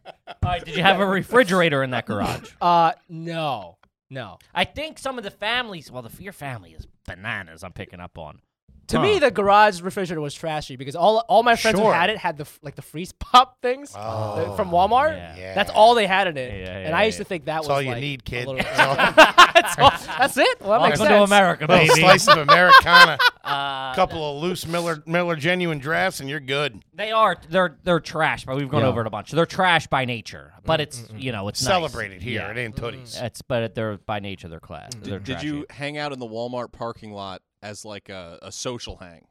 right, did you have a refrigerator in that garage? uh, no, no. I think some of the families, well, the your family is bananas. I'm picking up on. to me, the garage refrigerator was trashy because all all my friends Sure. who had it had the f- like the freeze pop things uh, from Walmart. Oh. yeah. That's all they had in it, Yeah, yeah, and I yeah, used yeah. to think that That's was all you like, need, a kid. little- That's all- that's, all, that's it. Well, that makes Welcome to sense. America, A baby. slice of Americana, Uh, couple of loose Miller Miller genuine drafts, and you're good. They are they're they're trash, but we've gone Yeah. over it a bunch. They're trash by nature, Mm, but it's you know it's nice. Celebrated here Yeah. Mm. at Aunt Tootie's. It's but they're by nature they're class. they're Did, did trashy. you hang out in the Walmart parking lot as like a, a social hang?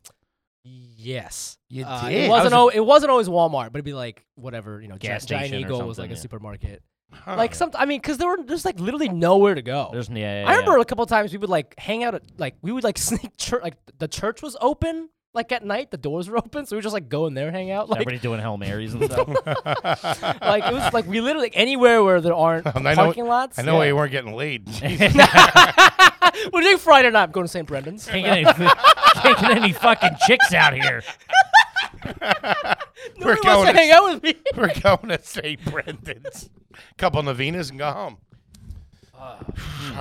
Yes, You Uh, did. It wasn't. was- al- it wasn't always Walmart, but it'd be like whatever you know. Gas Gi- Giant station or Eagle was like something, a yeah. supermarket. Like some. I mean, because there were just like literally nowhere to go. There's, yeah, yeah, I yeah. remember a couple times we would like hang out at like we would like sneak church like the church was open like at night the doors were open so we would just like go in there and hang out like everybody doing hail marys and Oh stuff. like it was like we literally like anywhere where there aren't I know- parking lots. I know why yeah. you weren't getting laid. We're doing Friday night. I'm going to St. Brendan's. can't, get any, can't get any fucking chicks out here. we're Nobody wants to going. hang out with me. We're going to St. Brendan's. Couple Navinas and go home. Ah.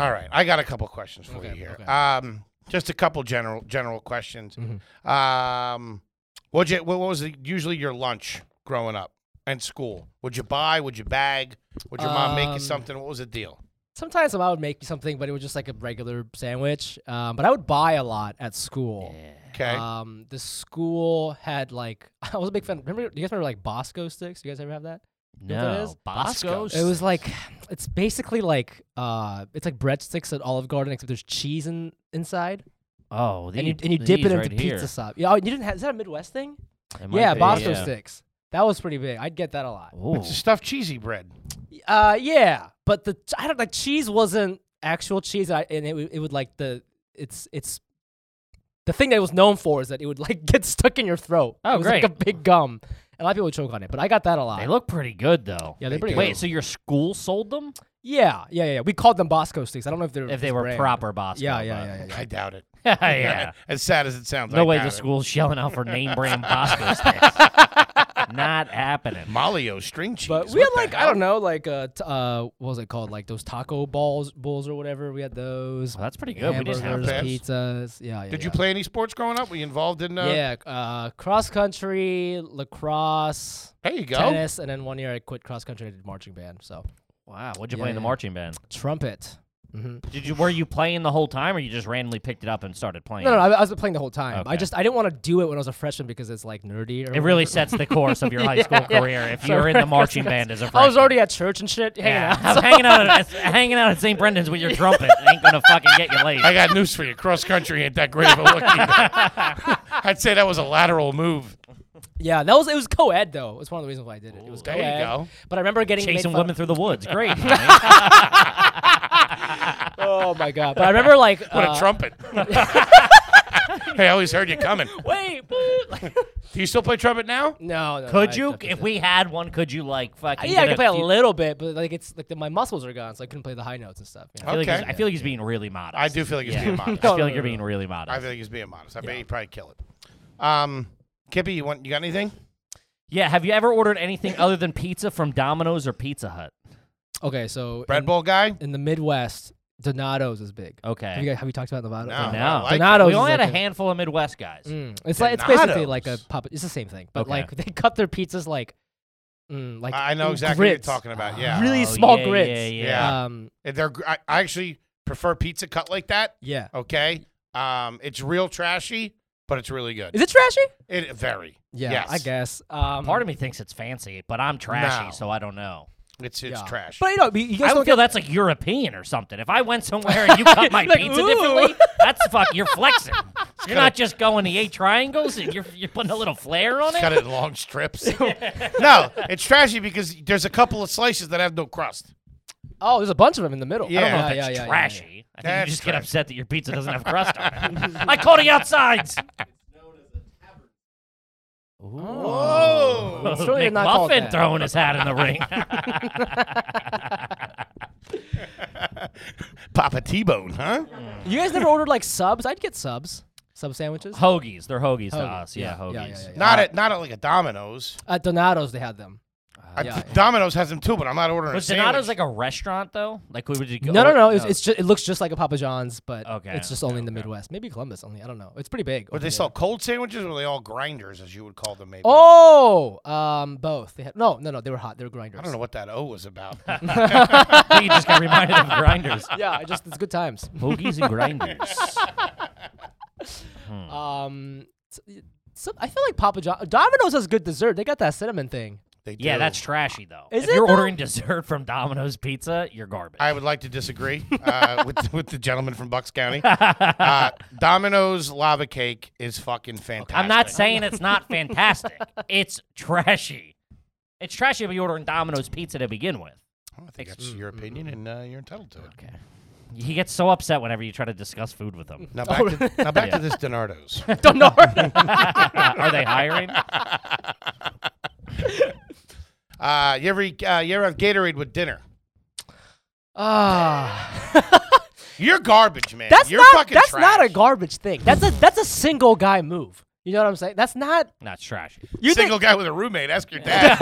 All right, I got a couple questions for you here. Um, just a couple general general questions. Mm-hmm. Um, what you what was it, usually your lunch growing up and school? Would you buy? Would you bag? Would your mom make you Um, something? What was the deal? Sometimes I would make something, but it was just like a regular sandwich. Um, but I would buy a lot at school. Okay, Um, the school had like I was a big fan. Remember, do you guys remember like Bosco sticks? Do you guys ever have that? know what that is? No, Bosco's. It was like it's basically like uh, it's like breadsticks at Olive Garden except there's cheese in, inside, oh, and the- you and you dip it these into right pizza here. sauce. Yeah, oh, you didn't have is that a Midwest thing? It might Yeah, be, Bosco yeah. sticks. That was pretty big. I'd get that a lot. Ooh. It's stuffed cheesy bread. Uh, yeah, but the I don't like cheese wasn't actual cheese, I, and it would- it would like the it's it's the thing that it was known for is that it would like get stuck in your throat. Oh, it was like a great. big gum, and a lot of people would choke on it. But I got that a lot. They look pretty good though. yeah, they're pretty. Wait, good. so your school sold them yeah, yeah, yeah, yeah. We called them Bosco sticks. I don't know if they were if they this were brand. proper Bosco? Yeah, yeah, yeah, yeah, yeah. I doubt it. yeah. yeah. as sad as it sounds. No I way doubt the it. school's shelling out for name brand Bosco sticks. Not happening. Malio string cheese. But we had What the like I hell? don't know like uh, t- uh what was it called like those taco balls bulls or whatever we had those Well, that's pretty good. Oh, We didn't have hamburgers those. pizzas yeah, yeah Did yeah. you play any sports growing up? Were you involved in? Uh, yeah uh, cross country lacrosse There you go. tennis and then one year I quit cross country I did marching band so Wow, what'd you Yeah, play in the yeah. marching band? trumpet hmm Did you were you playing the whole time, or you just randomly picked it up and started playing? no no I, I was playing the whole time I Okay. just I didn't want to do it when I was a freshman because it's like nerdy or It really whatever. sets the course of your high school yeah. career if So you're in the Cross marching country- band as a freshman. I was already at church and shit hanging uh, Yeah, out I'm hanging out at hanging out at St. Brendan's with your trumpet ain't gonna fucking get you laid. I got news for you. Cross country ain't that great of a look. either. I'd say that was a lateral move. yeah that was it was co ed though it's one of the reasons why I did it it was There you co-ed, go. but I remember getting made Chasing fun of- women through the woods, great. Oh my god! But I remember like What uh, a trumpet. hey, I always heard you coming. Wait, boop. Like, Do you still play trumpet now? no, no. could I you, definitely if did. Uh, we had one, could you like fucking? Yeah, I get could play a few- little bit, but like it's like the, my muscles are gone, so I couldn't play the high notes and stuff. you know? I feel, like he's, Okay. I feel like he's being really modest. I do feel like he's Yeah. being modest. I feel No, like no, you're no, being really I modest. feel like he's being modest. I bet he'd probably kill it. Um, Kippy, you want you got anything? Mm. Yeah. Have you ever ordered anything other than pizza from Domino's or Pizza Hut? Okay, so Bread in, bowl guy? in the Midwest, Donato's is big. Have you Okay. guys, have you talked about Nevada? No. No. I like Donato's we only is had a like a- handful of Midwest guys. Mm, it's like it's basically Donato's. like a pop. It's the same thing, but Okay. like they cut their pizzas like, mm, like I I know in exactly what you're grits. talking about. Yeah. Really Oh, small yeah, grits. Yeah, yeah. Yeah. Um, They're, gr- I, I actually prefer pizza cut like that. yeah. Okay. Um, it's real trashy, but it's really good. Is it trashy? It very. Yeah, Yes. I guess. Um, Part of me thinks it's fancy, but I'm trashy, No. so I don't know. It's it's yeah. trash. But you know, you- you guys I don't would get feel that's like European or something. If I went somewhere and you cut my Like, pizza ooh. differently, that's fuck. You're flexing. You're not just going the eight triangles. And you're you're putting a little flair on cut it. it in long strips. no, it's trashy because there's a couple of slices that have no crust. Oh, there's a bunch of them in the middle. I Yeah. don't know But if that's Trashy. I think That's you just get trash. upset that your pizza doesn't have crust on it. I call the outsides. Whoa. It's really not called McMuffin that. throwing his hat in the ring. Papa T Bone, huh? You guys never ordered like subs? I'd get subs, sub sandwiches. hoagies. They're hoagies to Hoagie, us. Yeah, yeah, hoagies. Uh, yeah, yeah, yeah. Not at not at like a Domino's. At Donato's, they had them. I- yeah. Domino's has them too, but I'm not ordering. Was a sandwich. Donato's like a restaurant though? Like would you go? No, no, no. It's, it's just it looks just like a Papa John's, but Okay, it's just okay, only in the okay. Midwest. Maybe Columbus only. I don't know. It's pretty big. Were over they there. sell cold sandwiches? Or were they all grinders, as you would call them? Maybe. Oh, um, both. They had no, no, no. They were hot. They were grinders. I don't know what that O was about. I think you just got reminded of grinders, yeah, I just it's good times. hoagies and grinders. Hmm. Um, s- y- some, I feel like Papa John Domino's has good dessert. They got that cinnamon thing. They Yeah, do. that's trashy though. Is if it, you're though? ordering dessert from Domino's Pizza, you're garbage. I would like to disagree uh, with with the gentleman from Bucks County. Uh, Domino's lava cake is fucking fantastic. I'm not saying it's not fantastic. it's trashy. It's trashy if you're ordering Domino's Pizza to begin with. Oh, I think that's your opinion, and uh, you're entitled to it. Okay. He gets so upset whenever you try to discuss food with him. Now back to now back to this Donardo's. don't know. Are they hiring? Uh, you ever eat- uh, you ever have Gatorade with dinner? Ah, You're garbage, man. that's you're not fucking that's trash. not a garbage thing. That's a that's a single guy move. You know what I'm saying? That's not Not trashy. you think single guy with a roommate. Ask your dad.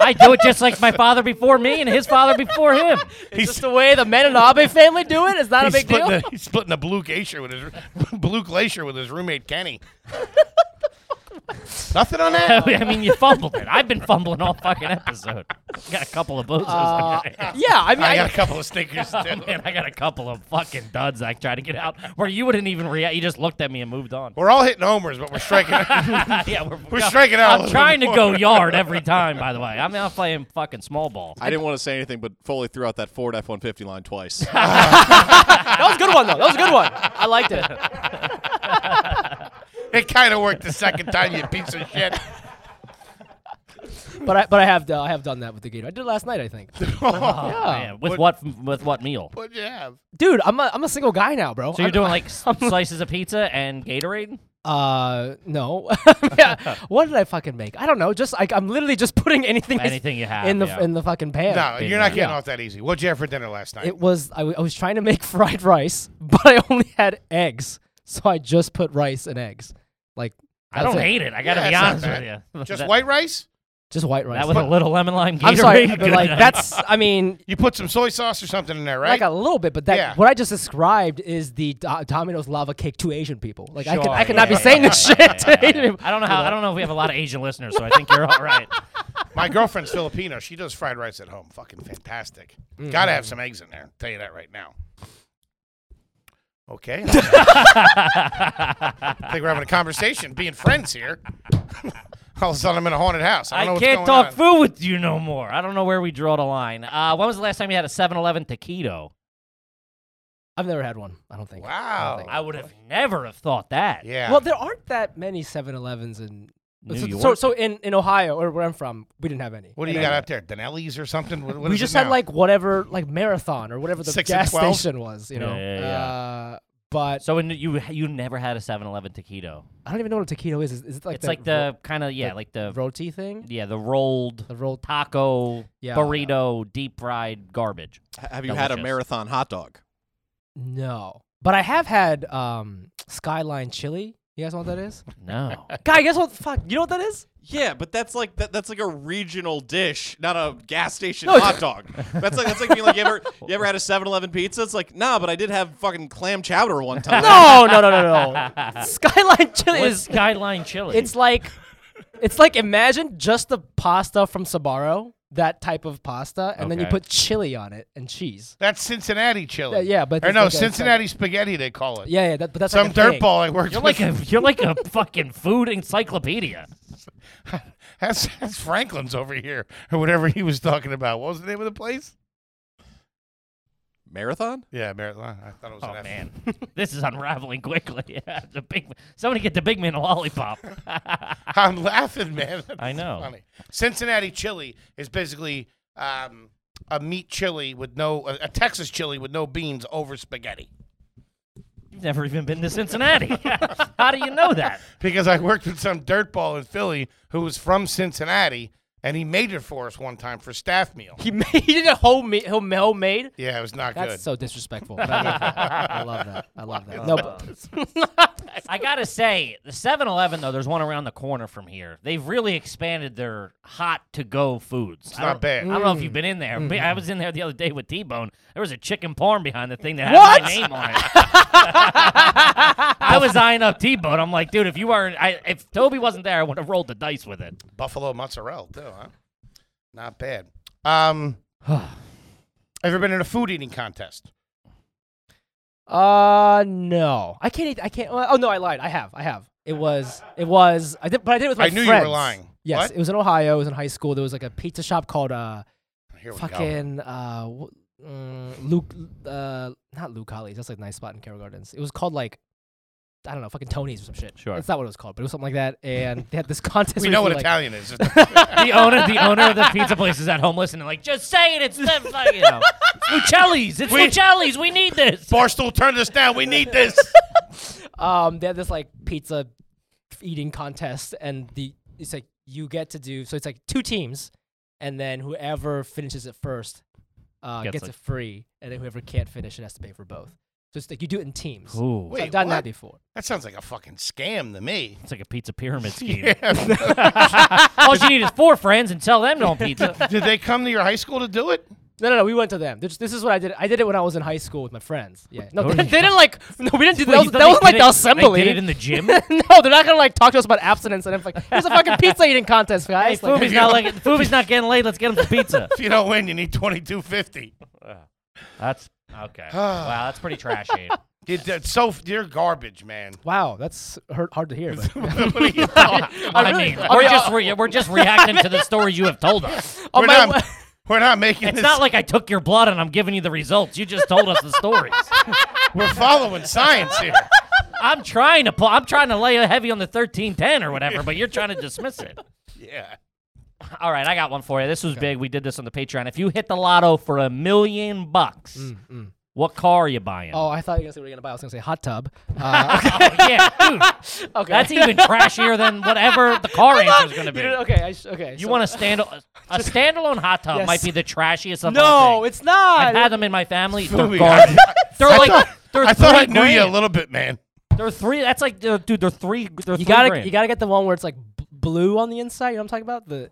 I do it just like my father before me and his father before him. it's just the way the Menanabe family do it. It's not a he's, big deal. splitting a, he's splitting a blue glacier with his blue glacier with his roommate Kenny. Nothing on that. I mean, you fumbled it. I've been fumbling all fucking episode. Got a couple of bozos. Uh, I'm gonna- yeah, I mean, I I, got a couple of stickers. too. Man, I got a couple of fucking duds I tried to get out where you wouldn't even react. You just looked at me and moved on. We're all hitting homers, but we're striking. yeah, we're, We're striking out a I'm little trying to more. go yard every time. By the way, I'm not playing fucking small ball. I didn't want to say anything, but Foley threw out that Ford F one fifty line twice. that was a good one though. That was a good one. I liked it it. kind of worked the second time, you piece of shit. But I but I have uh, I have done that with the Gator. I did it last night, I think. Oh, yeah. man. With what, With what meal? What'd you have? Dude, I'm a, I'm a single guy now, bro. So you're doing like s- slices of pizza and Gatorade? Uh, no. Yeah. What did I fucking make? I don't know. Just like I'm literally just putting anything, I s- Anything you have, in the yeah. in the fucking pan. No, you're not getting Yeah. off that easy. What'd you have for dinner last night? It was I, w- I was trying to make fried rice, but I only had eggs, so I just put rice and eggs. Like I don't that's it. hate it. I got to Yeah, be it's not honest with bad. you. Just that, white rice? just white rice. That was a little lemon lime Gatorade. I'm sorry, but Good like night. that's I mean You put some soy sauce or something in there, right? like a little bit, but that Yeah. what I just described is the Do- Domino's lava cake to Asian people. Like I could I Sure, could not be yeah, saying yeah, this yeah, shit. to yeah, yeah, Asian yeah. people. I don't know how. I don't know if we have a lot of Asian listeners, so I think you're all right. My girlfriend's Filipino. She does fried rice at home. Fucking fantastic. Mm. Gotta have some eggs in there. Tell you that right now. Okay. I think we're having a conversation, being friends here. All of a sudden, I'm in a haunted house. I, I, don't know what's can't going talk on. food with you no more. I don't know where we draw the line. Uh, when was the last time you had a 7-Eleven taquito? I've never had one. I don't think. Wow. I would have never have thought that. Yeah. Well, there aren't that many 7-Elevens in New so, York. so so in in Ohio or where I'm from, we didn't have any. what do you got out there? Denelli's or something? What, what we is it just had now? like whatever like marathon or whatever the Six and gas 12? station was, you Yeah, know. yeah, yeah. Uh, but So when you you never had a 7-Eleven taquito? I don't even know what a taquito is. Is, is it like It's the like the kind of yeah, like the ro- roti thing? yeah, the rolled The roll taco Yeah. burrito deep fried garbage. have you had a Delicious. marathon hot dog? No. But I have had um skyline chili. You guys know what that is? No. Guy, guess what? Fuck, you know what that is? Yeah, but that's like that, that's like a regional dish, not a gas station No, hot dog. That's like that's like being like you ever you ever had a 7-Eleven pizza? It's like nah, but I did have fucking clam chowder one time. No, no, no, no, no. skyline chili What's is skyline chili? it's like it's like imagine just the pasta from Sabaro, that type of pasta, and then you Okay. put chili on it and cheese. That's Cincinnati chili. Yeah, yeah, but or it's no, like a- it's like- Cincinnati spaghetti they call it. Yeah, yeah, that, but that's Some like a thing. dirtball I worked you're with. like a you're like a fucking food encyclopedia. that's, that's Franklin's over here or whatever he was talking about. What was the name of the place? Marathon? Yeah, Marathon. I thought it was Oh an F. man, this is unraveling quickly. the big somebody get the big man a lollipop. I'm laughing, man. I know. Funny. Cincinnati chili is basically um, a meat chili with no a, a Texas chili with no beans over spaghetti. You've never even been to Cincinnati. How do you know that? Because I worked with some dirtball in Philly who was from Cincinnati, and he made it for us one time for staff meal. He made it a homemade. homemade? Yeah, it was not That's good. so disrespectful. but I love that. I love that. I love that. No, but I gotta say, the 7-Eleven though, there's one around the corner from here. They've really expanded their hot to go foods. It's not bad. I Mm. don't know if you've been in there. but I Mm-hmm. was in there the other day with T Bone. There was a chicken parm behind the thing that had my What? name on it. I was eyeing up T Bone. I'm like, dude, if you weren't, I, if Toby wasn't there, I would have rolled the dice with it. Buffalo mozzarella too, huh? Not bad. Um, ever been in a food eating contest? uh, no, I can't. Eat, I can't. Oh no, I lied. I have. I have. It was. It was. I did, but I did it with my I knew you were friends. lying. Yes, What? it was in Ohio. It was in high school. There was like a pizza shop called uh, Here we go. fucking uh, w- mm, Luke. Uh, not Luke Holly's. That's like a nice spot in Carroll Gardens. It was called like. I don't know, fucking Tony's or some shit. Sure. That's not what it was called, but it was something like that. And they had this contest. We where know you what could, like, Italian is. The owner, the owner of the pizza place is at home listening, like, just say it. It's the fucking, you know, Lucelli's. It's Lucelli's. We need this. Barstool, turn this down. We need this. um, they had this like pizza eating contest, and the it's like you get to do so it's like two teams, and then whoever finishes it first uh, Gets gets, it. it free, and then whoever can't finish it has to pay for both. So it's like you do it in teams. Ooh, So Wait, I've done what? that before. That sounds like a fucking scam to me. it's like a pizza pyramid scheme. Did All you need is four friends and tell them to own pizza. they come to your high school to do it? No, no, no. We went to them. This, this is what I did. I did it when I was in high school with my friends. Yeah. No, they, they didn't like. No, we didn't do that. Was, that was like the assembly. They did it in the gym. no, they're not gonna like talk to us about abstinence. And I'm like, here's a fucking pizza eating contest, guys. Like, Fubi's not like Fubi's not getting laid. Let's get him some pizza. If you don't win, you need twenty two fifty. That's okay. wow, that's pretty trashy. It's so you're garbage, man. wow, that's hurt, hard to hear. but- What are you talking- I really- mean, I we're mean, just re- we're just reacting to the stories you have told us. on we're, my not, we're not making It's this. not like I took your blood and I'm giving you the results. You just told us the stories. we're following science here. I'm trying to pull. I'm trying to lay heavy on the 1310 or whatever, but you're trying to dismiss it. Yeah. All right, I got one for you. This was big. We did this on the Patreon. If you hit the lotto for a million bucks, what car are you buying? Mm, Oh, I thought you were gonna say what you're gonna buy. I was gonna say hot tub. Uh, Oh, yeah, dude, okay. that's even trashier than whatever the car answer is going to be. You didn't- okay, I sh- okay. You so- want a stand a standalone hot tub Yes. might be the trashiest of all No, things. it's not. I've had them in my family. They're Fumi, garbage. They're like they're I thought three I knew you a grand. little bit, man. They're three. That's like they're- dude. They're three. They're three you gotta grand. you gotta get the one where it's like b- blue on the inside. You know what I'm talking about? The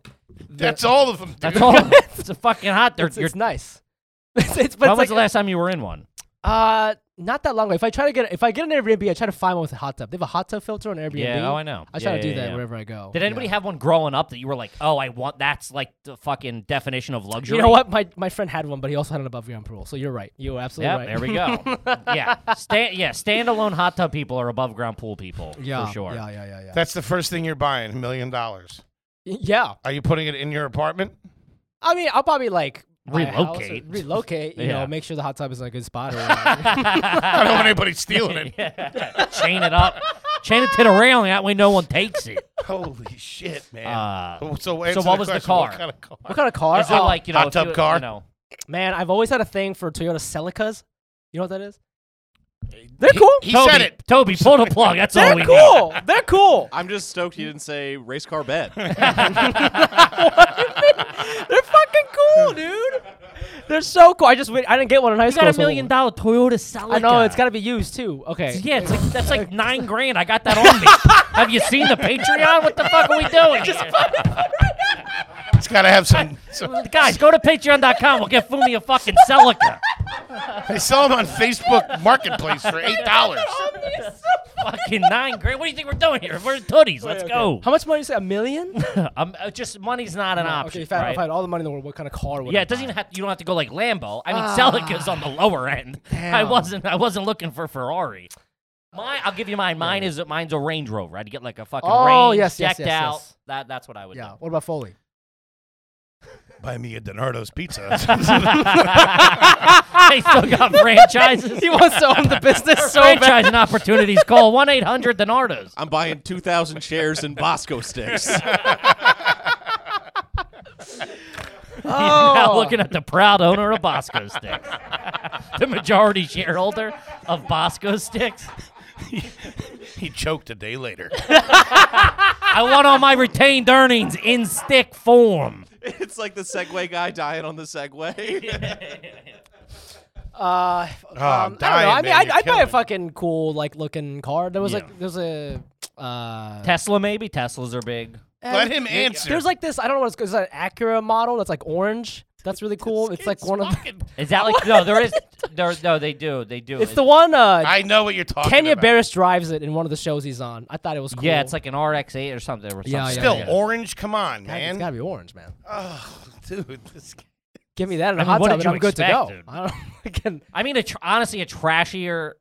That's all of them. Dude. That's all. it's a fucking hot. They're, it's, you're, it's nice. it's, it's, but when it's was like, the last time you were in one? Uh, not that long ago. If I try to get if I get an Airbnb, I try to find one with a hot tub. They have a hot tub filter on Airbnb. Yeah, oh, I know. I try Yeah, to do yeah, that yeah. wherever I go. Did anybody Oh, Yeah. have one growing up that you were like, oh, I want? That's like the fucking definition of luxury. You know what? My my friend had one, but he also had an above ground pool. So you're right. You're absolutely Yep, right. there we go. yeah, stand yeah, standalone hot tub people are above ground pool people yeah, for sure. Yeah, yeah, yeah, yeah. That's the first thing you're buying, a million dollars. yeah. Are you putting it in your apartment? I mean, I'll probably like buy a house or Relocate. relocate. You Yeah. know, make sure the hot tub is in a good spot. Or whatever. I don't want anybody stealing it. Chain it up, chain it to the railing. That way, no one takes it. Holy shit, man. Uh, so, so answer what was the question, car? What kind of car? what kind of car? Is there Oh, like you know hot if tub you- car? You know, man, I've always had a thing for Toyota Celicas. You know what that is? They're cool. He Toby, said it. Toby, pull the plug. That's all we They're cool. They're cool. I'm just stoked he didn't say race car bed. They're fucking cool, dude. They're so cool. I just wait, I didn't get one in high You school. got a so- million dollar Toyota Celica. I know it's got to be used too. Okay. Yeah, it's like that's like nine grand. I got that on me. Have you seen the Patreon? What the fuck are we doing? here? It's got to have some. some Guys, go to Patreon.com. We'll get Fumi a fucking Celica. I saw him on Facebook Marketplace for eight dollars. fucking nine grand. What do you think we're doing here? We're tooties. Let's go. How much money is it? A million? Um, uh, just money's not an option. okay, if I, right? if I had all the money in the world, what kind of car would yeah, I it doesn't buy? Ah. even have. You don't have to go like Lambo. I mean, Celica's on the lower end. I Damn. wasn't. I wasn't looking for Ferrari. Mine. I'll give you mine. Mine is mine's a Range Rover. I'd get like a fucking Oh, range yes, yes, decked yes, out. yes. That that's what I would Yeah. What about Foley? Buy me a Donardo's pizza. do. they still got franchises. he wants to own the business so bad. Franchise and opportunities. Call one eight hundred Donardos. I'm buying 2,000 shares in Bosco sticks. He's Oh. now looking at the proud owner of Bosco Sticks, the majority shareholder of Bosco Sticks. He choked a day later. Um, Oh, I want all my retained earnings in stick form. It's like the Segway guy dying on the Segway. Uh, um, I'm I don't know. I dying, mean, man. I'd, You're I'd buy killing a me. fucking cool like looking car. There was Yeah. like there's a uh, Tesla, maybe Teslas are big. Let him answer. There's like this. I don't know what it's called. It's an Acura model that's like orange. That's really cool. it's like one of the, Is that like no? There is there. No, they do. They do. It's the one. Uh, I know what you're talking Kenya about. Barris drives it in one of the shows he's on. I thought it was cool. yeah. It's like an RX-8 or something. Or something. Yeah, yeah, Still yeah. orange. Come on, God, it's man. gotta be orange, man. oh, dude, this guy- Give me that in a I mean, hot what tub, did and I'm you good to expect, go. dude? I don't fucking- I mean, a tr- honestly, a trashier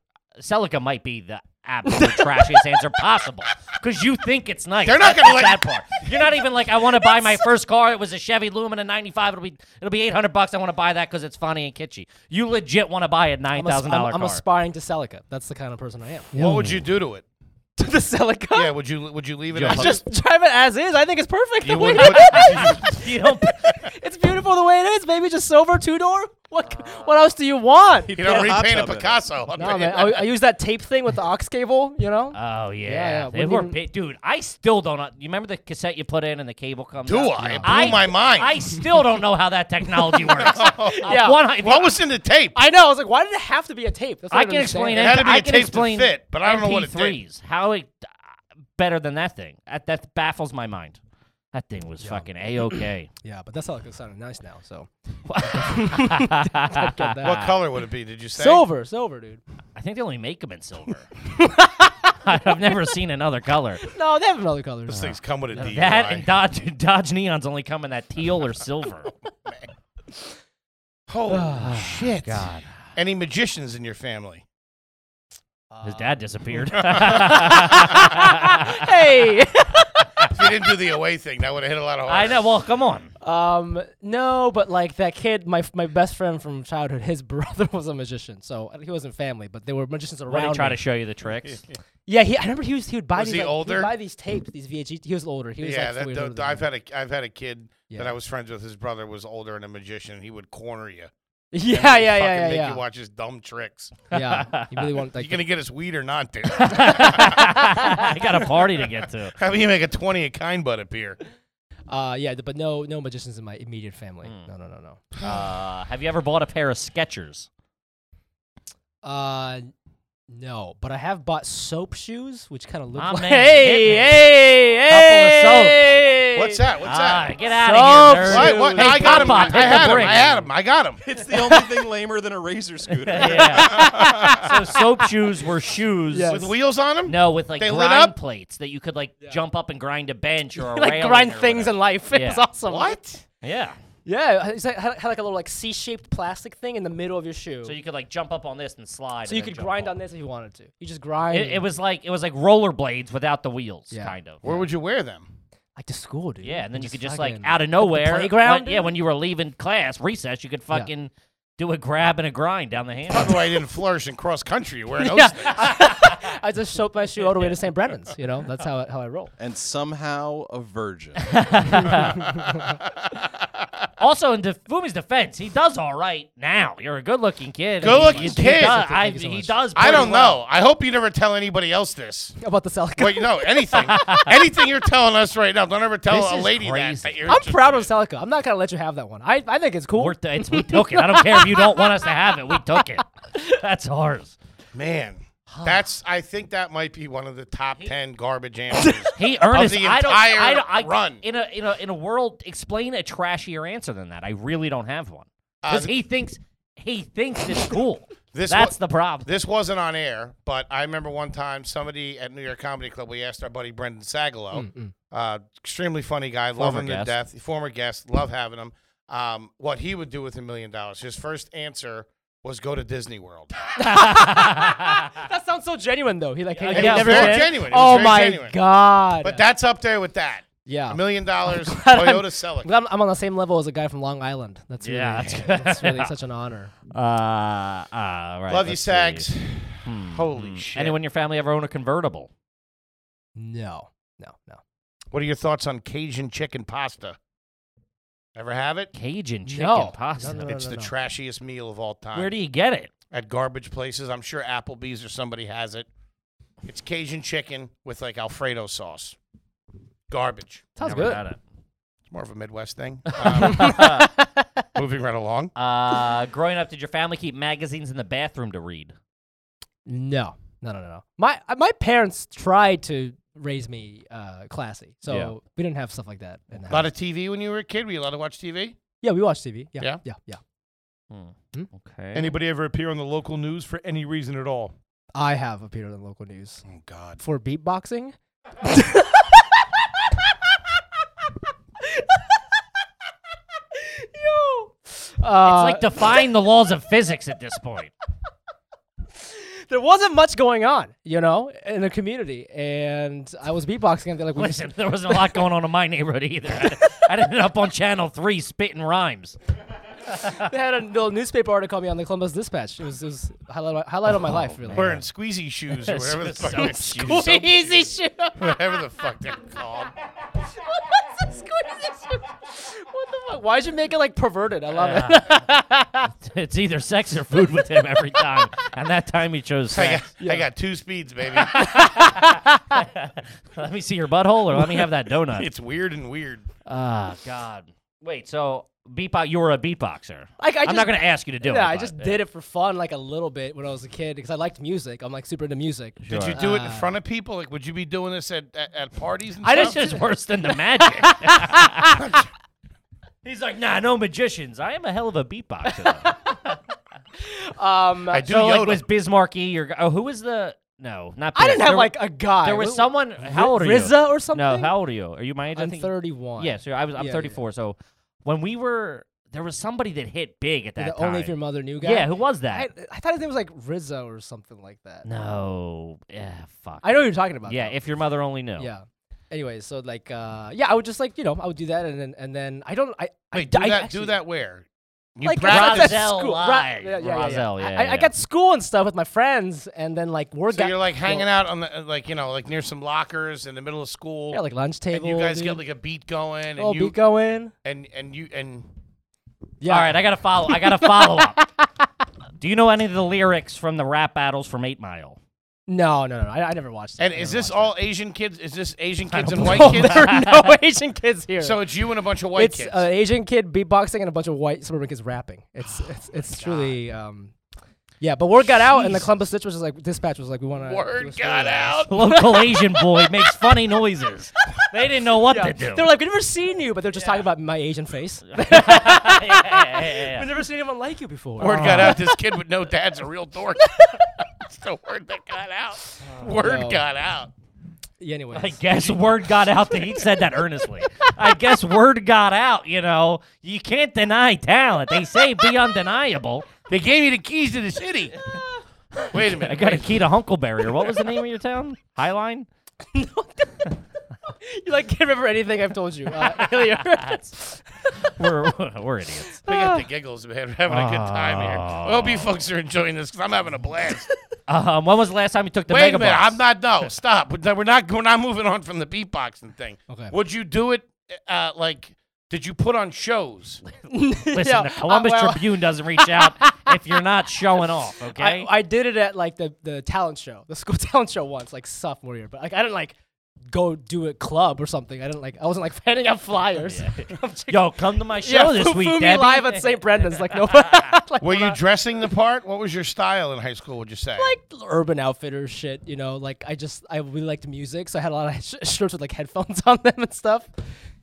Celica might be the absolute trashiest answer possible because you think it's nice. They're not That's gonna the let- sad part. You're not even like, I want to buy my first car. It was a Chevy Lumina '95. It'll be it'll be 800 bucks. I want to buy that because it's funny and kitschy. You legit want to buy a nine I'm, as- thousand I'm, dollar car. I'm aspiring to Celica. That's the kind of person I am. what would you do to it? To the Celica? Yeah, would you would you leave it? Just- as- Just drive it as is. I think it's perfect. you the way would it put- you don't. is. it's beautiful the way it is, baby. Just silver two door. What Uh, What else do you want? you don't Put a hot repaint a tub in it. Picasso. No, man. Oh, I, I use that tape thing with the aux cable. You know. Oh yeah, yeah, they wouldn't were even- big, dude. I still don't. know- You remember the cassette you put in and the cable comes? Do out? I? It blew my mind. I still don't know how that technology works. Oh. Yeah. what was in the tape? I know. I was like, why did it have to be a tape? That's what I don't can explain understand. It had to be I a can tape to explain fit, but I don't know what it did. MP3s. How it better than that thing? That, that baffles my mind. That thing was fucking a okay. Yeah, but that's how it sounded nice now. So What color would it be? Did you say? silver, silver, dude. I think they only make them in silver. I've never seen another color. No, they have another color. These things come with a DUI. That and Dodge Dodge Neons only come in that teal or silver. Holy shit! God. Any magicians in your family? Uh, His Uh. dad disappeared. hey. If you didn't do the away thing, that would have hit a lot of. I Hard. know. Well, come on. um, no, but like that kid, my my best friend from childhood, his brother was a magician, so he wasn't family, but they were magicians around. What did he try him. to show you the tricks? yeah, he. I remember he was he would buy Was these he like, would older? buy these tapes, these VHS. He was older. He was yeah, like three that, older that, than I've me. had a I've had a kid that Yeah. I was friends with. His brother was older and a magician. and He would corner you. Yeah, and yeah, fucking yeah, yeah, Make yeah. you watch his dumb tricks. yeah. He really wanted like you gonna get us weed or not, dude? I got a party to get to. How do you make a twenty a kind bud appear? Uh, yeah, th- but no, no magicians in my immediate family. Hmm. No, no, no, no. Uh, have you ever bought a pair of Skechers? Uh, no, but I have bought soap shoes, which kind of look My like. man, hit me. Couple of hey! What's that? What's Ah, that? Oh, get out of here, Soft nerd. What? what? Hey, I got him. Papa, I hit the had him. brick. I had him. I got him. it's the only thing lamer than a razor scooter. Yeah. so soap shoes were shoes. Yes. With wheels on him. No, with like They lit grind up? plates that you could like jump up and grind a bench or a like railing grind or things in whatever. life. It was Yeah. awesome. What? yeah. Yeah, it's like, had, had like a little like C-shaped plastic thing in the middle of your shoe, So you could like jump up on this and slide. So you could grind on this if you wanted to. You just grind. It, it was like it was like rollerblades without the wheels, Yeah. kind of. Where would you wear them? like to school, dude. Yeah, and then you could just like fucking- out of the nowhere, when- playground. yeah, when you were leaving class recess, you could fucking do a grab and a grind down the hand. That's why you didn't flourish in cross country. You're wearing those. things. I just soaked my shoe all the way to St. Brennan's. You know, that's how I, how I roll. and somehow a virgin. Also, in De- Fumi's defense, he does all right now. You're a good-looking kid. Good He- looking he kid. does- I- Thank you so he much. does. I pretty don't well. know. I hope you never tell anybody else this. About the Celica. Wait, no, anything, anything you're telling us right now. Don't ever tell This a is lady that, crazy. that. you're I'm interested proud of in. Celica. I'm not gonna let you have that one. I, I think it's cool. We're t- it's, we took it. I don't care if you don't want us to have it. We took it. That's ours. Man, that's. I think that might be one of the top ten garbage answers. He earned Of his- the I don't, entire I don't, I, run. In a, in, a, in a world, explain a trashier answer than that. I really don't have one. Because Uh, he thinks he thinks it's cool. This That's wa- the problem. this wasn't on air, but I remember one time somebody at New York Comedy Club. We asked our buddy Brendan Mm, Hmm. Sagalow, uh, extremely funny guy, love Former him guest. to death, former guest, love having him. Um, what he would do with a million dollars. His first answer was go to Disney World. That sounds so genuine though. He like Yeah, hey, I he guess never very did. genuine. It was Oh very my genuine. god. But that's up there with that. yeah. A million dollars, glad I'm- Toyota Celica. Well, I'm, I'm on the same level as a guy from Long Island. That's really, Yeah, that's, that's good. really such an honor. Uh, uh, right, Love you, let's Sags. see. Hmm. Holy shit. Anyone in your family ever own a convertible? No, no, no. What are your thoughts on Cajun chicken pasta? Ever have it? Cajun chicken No. pasta. No, no, no. It's the trashiest meal of all time. Where do you get it? At garbage places. I'm sure Applebee's or somebody has it. It's Cajun chicken with like Alfredo sauce. Garbage. Sounds Never good. had it. It's more of a Midwest thing. Um, moving right along. Uh, growing up, did your family keep magazines in the bathroom to read? No, no, no, no, no. My uh, my parents tried to raise me uh, classy, so Yeah. we didn't have stuff like that in the A lot house. of TV when you were a kid. Were you allowed to watch TV? yeah, we watched TV. Yeah, Yeah? yeah, yeah. yeah. Okay. Anybody ever appear on the local news for any reason at all? I have appeared on local news Oh God. for beatboxing. Yo. it's Uh, like defying the laws of physics at this point. there wasn't much going on, you know, in the community, and I was beatboxing, and they're like, we just- Listen, there wasn't a lot going on in my neighborhood either. I, I ended up on Channel 3 spitting rhymes. they had a little newspaper article on me on the Columbus Dispatch. It was, it was highlight, of my- highlight Oh, of my life, really. Wearing squeezy shoes or whatever the fuck. they're- Easy shit. whatever the fuck they're called. What's a squeezy shoe? What the fuck? Why is you make it like perverted? I love it. It's either sex or food with him every time. And that time he chose I sex. got, I got two speeds, baby. Let me see your butthole or let me have that donut. it's weird and weird. Ah, God. Wait, so beatbox, you were a beatboxer. Like, I I'm not just- going to ask you to do it. Yeah, I but- just did it for fun, like a little bit when I was a kid, because I liked music. I'm like super into music. Did you do it in Uh. front of people? Like, would you be doing this at, at, at parties and I stuff? just is worse than the magic. He's like, nah, no magicians. I am a hell of a beatboxer. though." Um, I do so like, Yoda. was Bismarck E or oh, who was the no, not. I didn't Biz- have there- like a guy. There was What- someone. How old are you? RZA or something. No, how old are you? Are you my age? I I'm think- 31. Yeah, so I was. I'm Yeah, yeah, 34. So when we were, there was somebody that hit big at that The time. only if your mother knew guy. yeah, who was I, that? I thought his name was like Rizzo or something like that. no, yeah, fuck. I know who you're talking about. yeah, though. if your mother only knew. yeah. Anyway, so like, uh, yeah, I would just like you know I would do that and then and then I don't I Wait, I, do I that. actually- do that where? You like practice. at Roselle school. Ro- Live. yeah, yeah, yeah, Roselle, I- yeah, I, yeah. I got school and stuff with my friends, and then like we're So you're like hanging out on the uh, like you know like near some lockers in the middle of school. yeah, like lunch and table. you guys get dude. like a beat going, and oh, you beat going. and and you and Yeah. All right, I gotta follow. I gotta follow up. Do you know any of the lyrics from the rap battles from Eight Mile? No, no, no. I, I never watched. that. and I is never this watched all Asian kids? Is this Asian I kids don't and white that. kids? there are no Asian kids here. So it's you and a bunch of white it's uh, kids. an Asian kid beatboxing and a bunch of white suburban kids rapping. It's it's Oh it's truly um, yeah. But word got out, and the Columbus Ditch was just like dispatch was like, we want to Word got out. Local Asian boy makes funny noises. They didn't know what to do. They're like, we've never seen you, but they're just talking about my Asian face. we've Yeah, yeah, yeah, yeah. never seen anyone like you before. Word got out. This kid with no dad's a real dork. It's the word that got out. Word No. got out. Yeah, anyways. I guess word got out that he said that earnestly. I guess word got out. You know, you can't deny talent. They say be undeniable. They gave you the keys to the city. Wait a minute. I got a key to Hunkleberry, or what was the name of your town? Highline. you like can't remember anything I've told you uh, earlier. We're we're idiots. We got the giggles, man. We're having a good time here. I hope you folks are enjoying this because I'm having a blast. Um, when was the last time you took the Wait mega a minute. I'm not. No, stop. We're we're not. We're not moving on from the beatboxing thing. Okay. Would you do it? Uh, like, did you put on shows? Listen, Yeah, the uh, Columbus well- Tribune doesn't reach out if you're not showing off, okay? I, I did it at like the, the talent show, the school talent show once, like sophomore year. But like I didn't like go do a club or something. I didn't like I wasn't like handing out flyers. Yo, come to my Yeah, show this Fu- week, Fu Me Debbie. live at St. Brendan's, like no, like, Were you dressing the part? What was your style in high school? Would you say? like Urban Outfitters shit, you know. Like I just I really liked music, so I had a lot of sh- shirts with like headphones on them and stuff.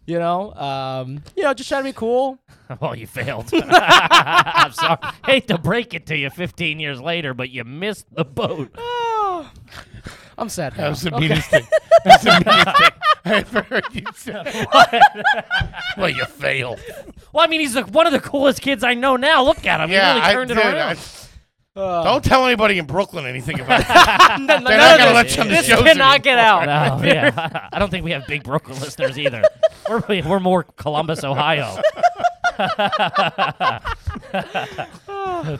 You know, um, you know, just trying to be cool. well, Oh, you failed. I'm sorry. Hate to break it to you 15 years later, but you missed the boat. Oh. I'm sad. that Now. was the meanest thing. That's the meanest thing I've ever heard you say. well, you failed. Well, I mean, he's like one of the coolest kids I know now. Look at him. he really turned dude, it around. I- don't tell anybody in Brooklyn anything about that. None They're of not gonna this- let you on the this shows cannot get out. No, Oh, yeah. I don't think we have big Brooklyn listeners either. We're, really- we're more Columbus, Ohio.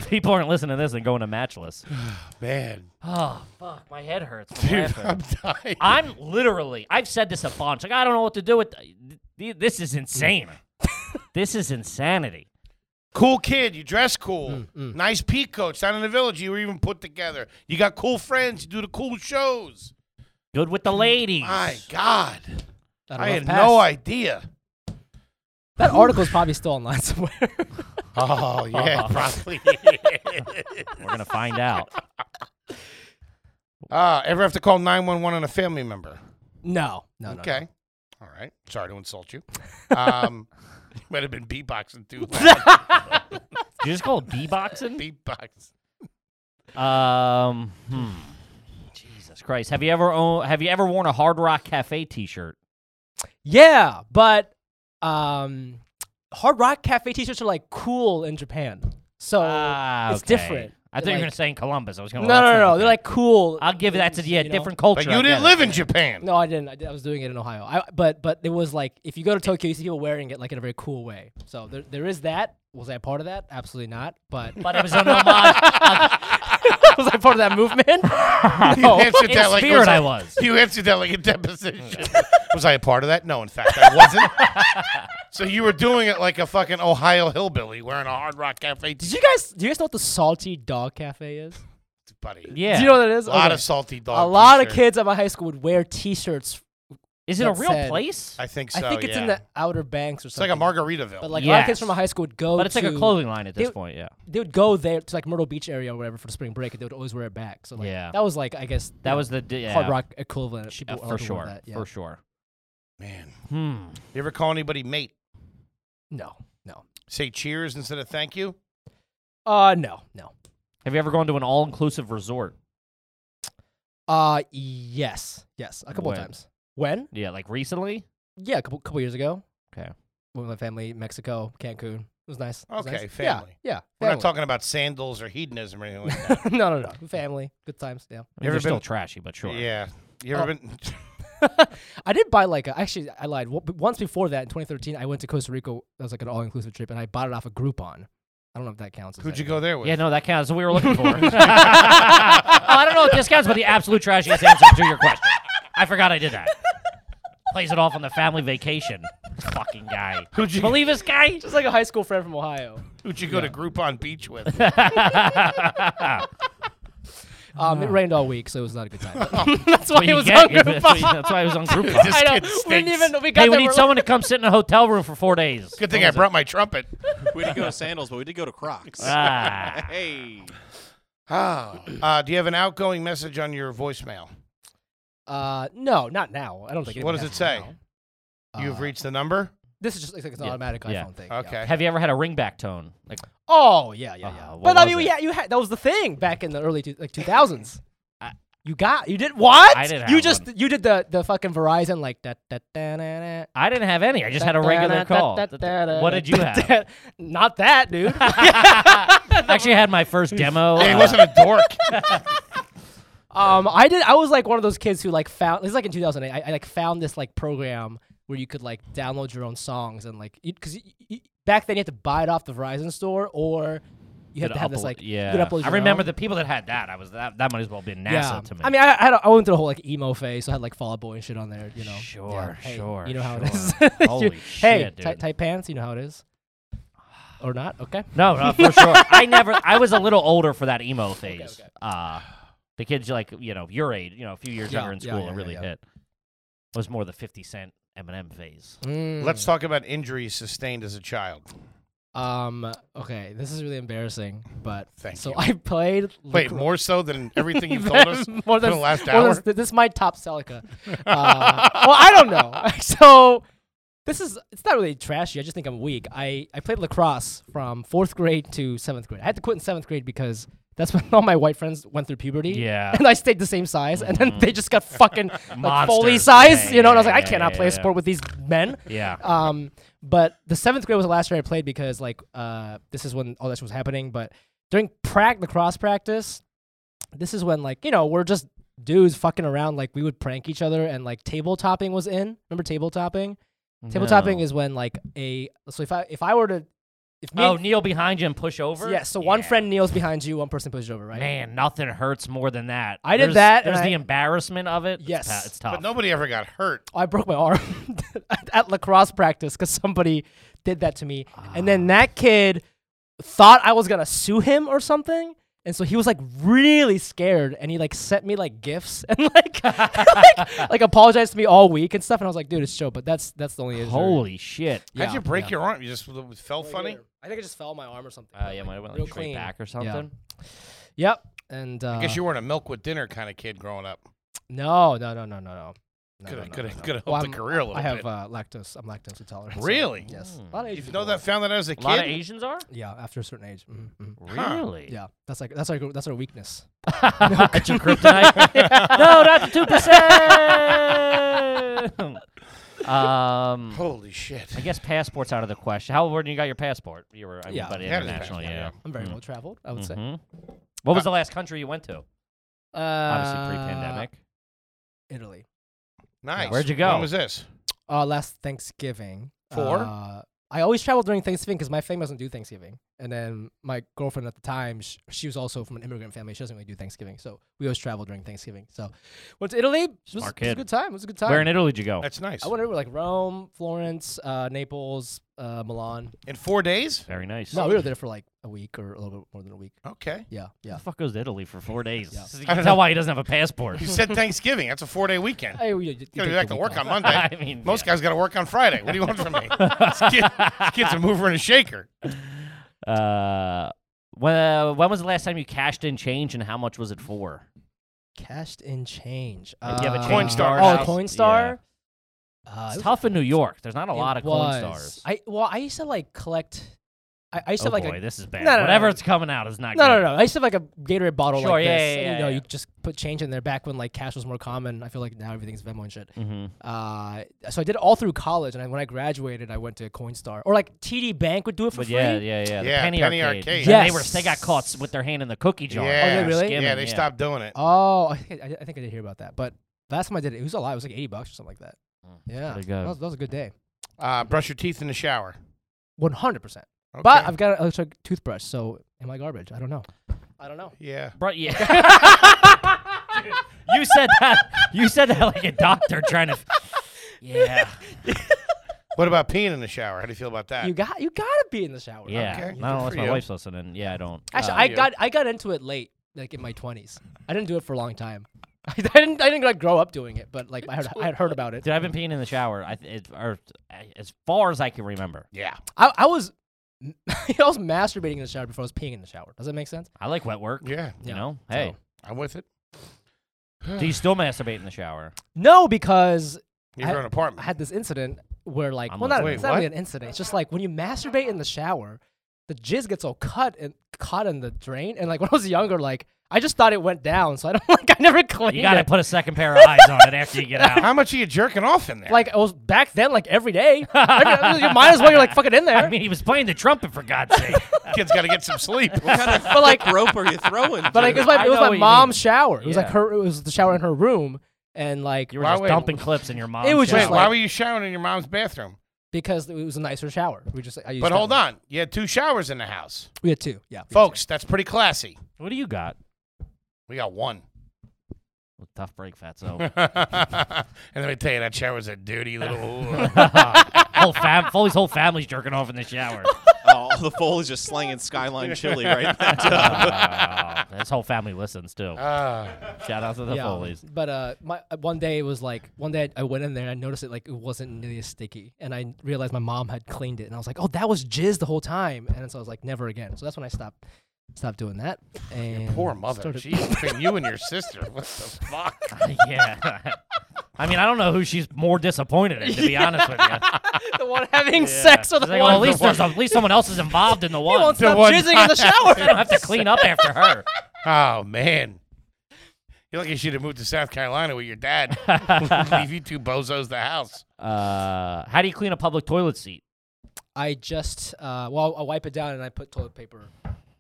People aren't listening to this and going to Matchless. Man, Oh, fuck. My head hurts from dude, laughing. I'm dying. I'm literally, I've said this a bunch. Like, I don't know what to do with th- th- this. Is insane. this is insanity. Cool kid, you dress cool. Nice peacoats down in the village. You were even put together. You got cool friends. You do the cool shows. Good with the ladies. My God, That'll I rough had pass. no idea. That article's probably still online somewhere. Oh yeah, probably. We're gonna find out. Uh, ever have to call nine one one on a family member? no, no, no. Okay. All right. Sorry to insult you. Um, you might have been beatboxing too. loud. Did you just call it beatboxing? Beatbox. Um, hmm. Jesus Christ. Have you ever own, have you ever worn a Hard Rock Cafe T-shirt? Yeah, but um, Hard Rock Cafe T-shirts are like cool in Japan, so Ah, Oh, it's okay. different. I thought They're you were like- gonna say in Columbus. I was gonna. No, well, no, that's no, not no. They're okay. like cool. I'll give that to yeah, you know? different culture. But I you didn't guess. live in Japan. No, I didn't. I, did- I was doing it in Ohio. I, but but it was like if you go to Tokyo, you see people wearing it like in a very cool way. So there, there is that. Was I a part of that? Absolutely not. But But it was an homage. was I part of that movement? You Oh, answered in that like it spirit, a- I was. You answered that like a deposition. was I a part of that? No, in fact, I wasn't. so you were doing it like a fucking Ohio hillbilly wearing a Hard Rock Cafe Did t- you guys? Do you guys know what the Salty Dog Cafe is? buddy. Yeah. Do you know what that is? A lot Okay. of salty dog. a lot of t-shirts. kids at my high school would wear T-shirts. Is it a that real said- place? I think so. I think it's in yeah. the Outer Banks or It's like something. a Margaritaville. But like a lot of kids Yes. from my high school would go. But it's like a to- clothing line at this they- point. Yeah. They would go there to like Myrtle Beach area or whatever for spring break, and they would always wear it back. So like, Yeah. that was like I guess That you was the d- know, yeah, Hard Rock yeah, equivalent. People Uh, for often wore sure. that, yeah. For sure. man, Hmm. you ever call anybody mate? No, no. Say cheers instead of thank you. Uh, no, no. Have you ever gone to an all-inclusive resort? Uh, yes, yes. A couple When? of times. When? Yeah, like recently. Yeah, a couple couple years ago. Okay. With my family, Mexico, Cancun. It was nice. It was Okay, nice. family. Yeah, yeah. We're not family. talking about sandals or hedonism or anything like that. no, no, no. Family, good times. I Yeah. mean, Ever they're still been- trashy, but sure. Yeah. You ever Oh. been? I did buy like a, actually I lied. W- Once before that in 2013, I went to Costa Rica. That was like an all-inclusive trip, and I bought it off a Groupon. I don't know if that counts. as Who'd you anything. go there with? Yeah, no, that counts. That's what we were looking for. Oh, I don't know if this counts, but the absolute trashiest answer to your question. I forgot I did that. Plays it off on the family vacation. Fucking guy. Who'd you- believe this guy? Just like a high school friend from Ohio. Who'd you go to Groupon Beach with? Um, it rained all week, so it was not a good time. That's why he was on That's why, that's why he was on Groupon. This I know. kid We didn't stinks. even. We got hey, we there, need we're someone to come sit in a hotel room for four days. Good thing I brought my trumpet. We didn't go to sandals, but we did go to Crocs. Ah. hey. Ah, Oh. Uh, do you have an outgoing message on your voicemail? like, uh, no, not now. I don't think. What anyone does has it say? now. You've Uh, reached the number. This is just like, it's an Yeah, automatic yeah. iPhone thing. yeah. Okay. Have you ever had a ringback tone? Like, Oh yeah, yeah, yeah. Uh, what but I was mean, we it? had, you had that was the thing back in the early two, like 2000s. I- you got you did what? I didn't You have just you did the the fucking Verizon like that that that. I didn't have any. I just had a regular call. What did you have? Not that, dude. I actually had my first demo. Hey, he uh, wasn't a dork. um, I did. I was like one of those kids who like found. This is like in 2008. I, I like found this like program where you could like download your own songs and like because back then you had to buy it off the Verizon store or you had could to have this upload- like you yeah. could upload I your remember own. the people that had that. I was that that might as well have been NASA to me. I mean, I, I, had a- I went through the whole like emo phase, so I had like Fall Out Boy and shit on there, you know. Yeah, Sure, hey, sure, You know how it sure. is. Holy You- Hey, shit, ti- dude. tight pants, you know how it is. Or not? Okay. no, no, for sure. I never. I was a little older for that emo phase. Uh, the kids like you know your age, you know, a few years Yeah, younger in yeah, school, yeah, it yeah, really yeah. hit. It was more the Fifty Cent Eminem phase. Mm. Let's talk about injuries sustained as a child. Um. Okay. This is really embarrassing, but Thank so you. I played. Wait, lacro- more so than everything you've told us more for the last more than- hour. this, might top Celica. Uh, well, I don't know. So this is it's not really trashy. I just think I'm weak. I, I played lacrosse from fourth grade to seventh grade. I had to quit in seventh grade because that's when all my white friends went through puberty. Yeah. and I stayed the same size, and Mm-hmm. then they just got fucking like Foley Monsters. size. Yeah, you know, and I yeah, was like, I yeah, cannot yeah, play a yeah. sport with these men. Yeah. Um, but the seventh grade was the last year I played because like uh, this is when all that shit was happening. But during prac lacrosse practice, this is when like you know we're just dudes fucking around. Like we would prank each other, and like table topping was in. Remember table topping? Table topping No. is when like a so if I if I were to if me oh kneel behind you and push over. yeah so one Yeah. friend kneels behind you, one person pushes over, right? Man, nothing hurts more than that. I did There's- that, and There's the I- embarrassment of it. It's Yes. pa- it's tough. But nobody ever got hurt. I broke my arm Ah. at lacrosse practice because somebody did that to me. And then that kid thought I was gonna sue him or something. And so he was like really scared, and he like sent me like gifts and like like, like apologized to me all week and stuff. And I was like, dude, it's show, but that's that's the only issue. Holy shit. How'd you break your arm? You just it fell funny. I think I just fell on my arm or something. Uh, but, yeah, like, my went real like, straight clean. back or Yeah. something. Yep. And uh, I guess you weren't a milk with dinner kind of kid growing up. no, no, no, no, no, no. No, Could no, have no, could no, have no. could have Well, helped the I'm- career a little I have bit. uh, lactose. I'm lactose intolerant. so- Really? Hmm. Yes. A lot of Asian you people know that are- found that out as a A lot of kid. Asians are? Yeah, after a certain age. Mhm, mhm. Really? Yeah, that's like that's our that's our weakness. That's your kryptonite. no, not the two percent. um, Holy shit! I guess passports out of the question. How old when you got your passport? You were, I mean, Yeah. but Yeah, it is international, passport, yeah. I'm very well traveled. I would say. Mhm. What was the last country you went to? Uh, Obviously, pre-pandemic. Italy. Nice. Where'd you go? When was this? Uh, last Thanksgiving. For? Uh, I always travel during Thanksgiving because my family doesn't do Thanksgiving. And then my girlfriend at the time, sh- she was also from an immigrant family. She doesn't really do Thanksgiving, so we always travel during Thanksgiving. So went to Italy. It Smart was, it was a kid. good time. It was a good time. Where in Italy did you go? That's nice. Oh. I went to like Rome, Florence, uh, Naples, uh, Milan. In four days. Very nice. No, we were there for like a week or a little bit more than a week. Okay. Yeah, Who yeah. the fuck goes to Italy for four days? Yeah. You can tell why he doesn't have a passport. You said Thanksgiving. That's a four day weekend. Hey, we- you take You gotta the be back to week work off. on Monday. I mean, Most yeah. guys got to work on Friday. What do you want from me? This kid, this kid's a mover and a shaker. Uh, when, uh, when was the last time you cashed in change, and how much was it for? Uh, Cashed in change. Like, you have a Uh, change star Oh, now. Coinstar. Uh, it It's was- tough in New York. There's not a it lot of coin was. stars. I well, I used to like collect. I, I used oh to like boy, a, this is bad. No, no, no, Whatever no. it's coming out is not no, good. no, no. I used to have like a Gatorade bottle Sure, like yeah, this. yeah, and, yeah, you know, yeah. you just put change in there back when like cash was more common. I feel like now everything's Venmo and shit. Mm-hmm. Uh, so I did it all through college, and I, when I graduated, I went to Coinstar or like TD Bank would do it for But free. yeah, yeah, yeah. The Yeah, penny, penny arcade. arcade. Yeah, They were Yes. they got caught s- with their hand in the cookie jar. Yeah. Oh, they really? Skimming, yeah, they stopped doing it. Oh, I think I, I think I did hear about that, but last time I did it, it was a lot. It was like eighty bucks or something like that. Mm, Yeah, pretty that good. was, that was a good day. Uh, brush your teeth in the shower. One hundred percent. Okay. But I've got an electric toothbrush, so am I garbage? I don't know. I don't know. yeah. Bro, yeah. you said that. You said that like a doctor trying to. Yeah. What about peeing in the shower? How do you feel about that? You got you gotta be in the shower. Yeah. Okay, good Not unless for my you. wife's listening. Yeah, I don't. Actually, uh, I yeah. got I got into it late, like in my twenties. I didn't do it for a long time. I didn't I didn't like grow up doing it, but like I had I had heard about it. Dude, I've been peeing in the shower. I th- it, or, I- as far as I can remember. yeah. I, I was I was masturbating in the shower before I was peeing in the shower. Does that make sense? I like wet work. Yeah. You Yeah. know. Hey, I'm with it. do you still masturbate in the shower? No, because You're I- in an apartment. I had this incident where like I'm well like, not wait, it's not really what? an incident. It's just like when you masturbate in the shower, the jizz gets all cut and caught in the drain. And like when I was younger, like I just thought it went down, so I don't like I never cleaned You got to it. put a second pair of eyes on it after you get out. How much are you jerking off in there? like it was back then, like every day. Every- you might as well you're like fucking in there. I mean, he was playing the trumpet for God's sake. kid's got to get some sleep. but like rope are you throwing? But like it was I my, it was know what my you mom's mean. shower. It was like Yeah. her. It was the shower in her room, and like You were Why just wait- dumping clips in your mom's. It was Wait, just shower. why like- were you showering in your mom's bathroom? because it was a nicer shower. We just I used But that hold on. one. You had two showers in the house. we had two. Yeah, we had Folks, that's pretty classy. What do you got? We got one. Well, tough break, Fatso. and let me tell you, that shower's a dirty little. whole fam, Foley's whole family's jerking off in the shower. oh, the foal is just slanging skyline chili right now. Uh, his whole family listens too. Ah. Shout out to the two. Yeah, Foleys. but uh, my uh, one day it was like one day I went in there and I noticed it like it wasn't nearly as sticky, and I realized my mom had cleaned it, and I was like, oh, that was jizz the whole time, and so I was like, never again. So that's when I stopped stopped doing that. And Poor mother. started- Jeez, between you and your sister. What the fuck? yeah. I mean, I don't know who she's more disappointed in, to be honest with you. the one having sex with It's the like, well, at one. least there's at least someone else is involved in the He one. won't They stop one jizzing in the don't shower. have to clean up after her. Oh, man. You're lucky you should have moved to South Carolina with your dad. Leave you two bozos the house. Uh, how do you clean a public toilet seat? I just uh, well, I wipe it down and I put toilet paper.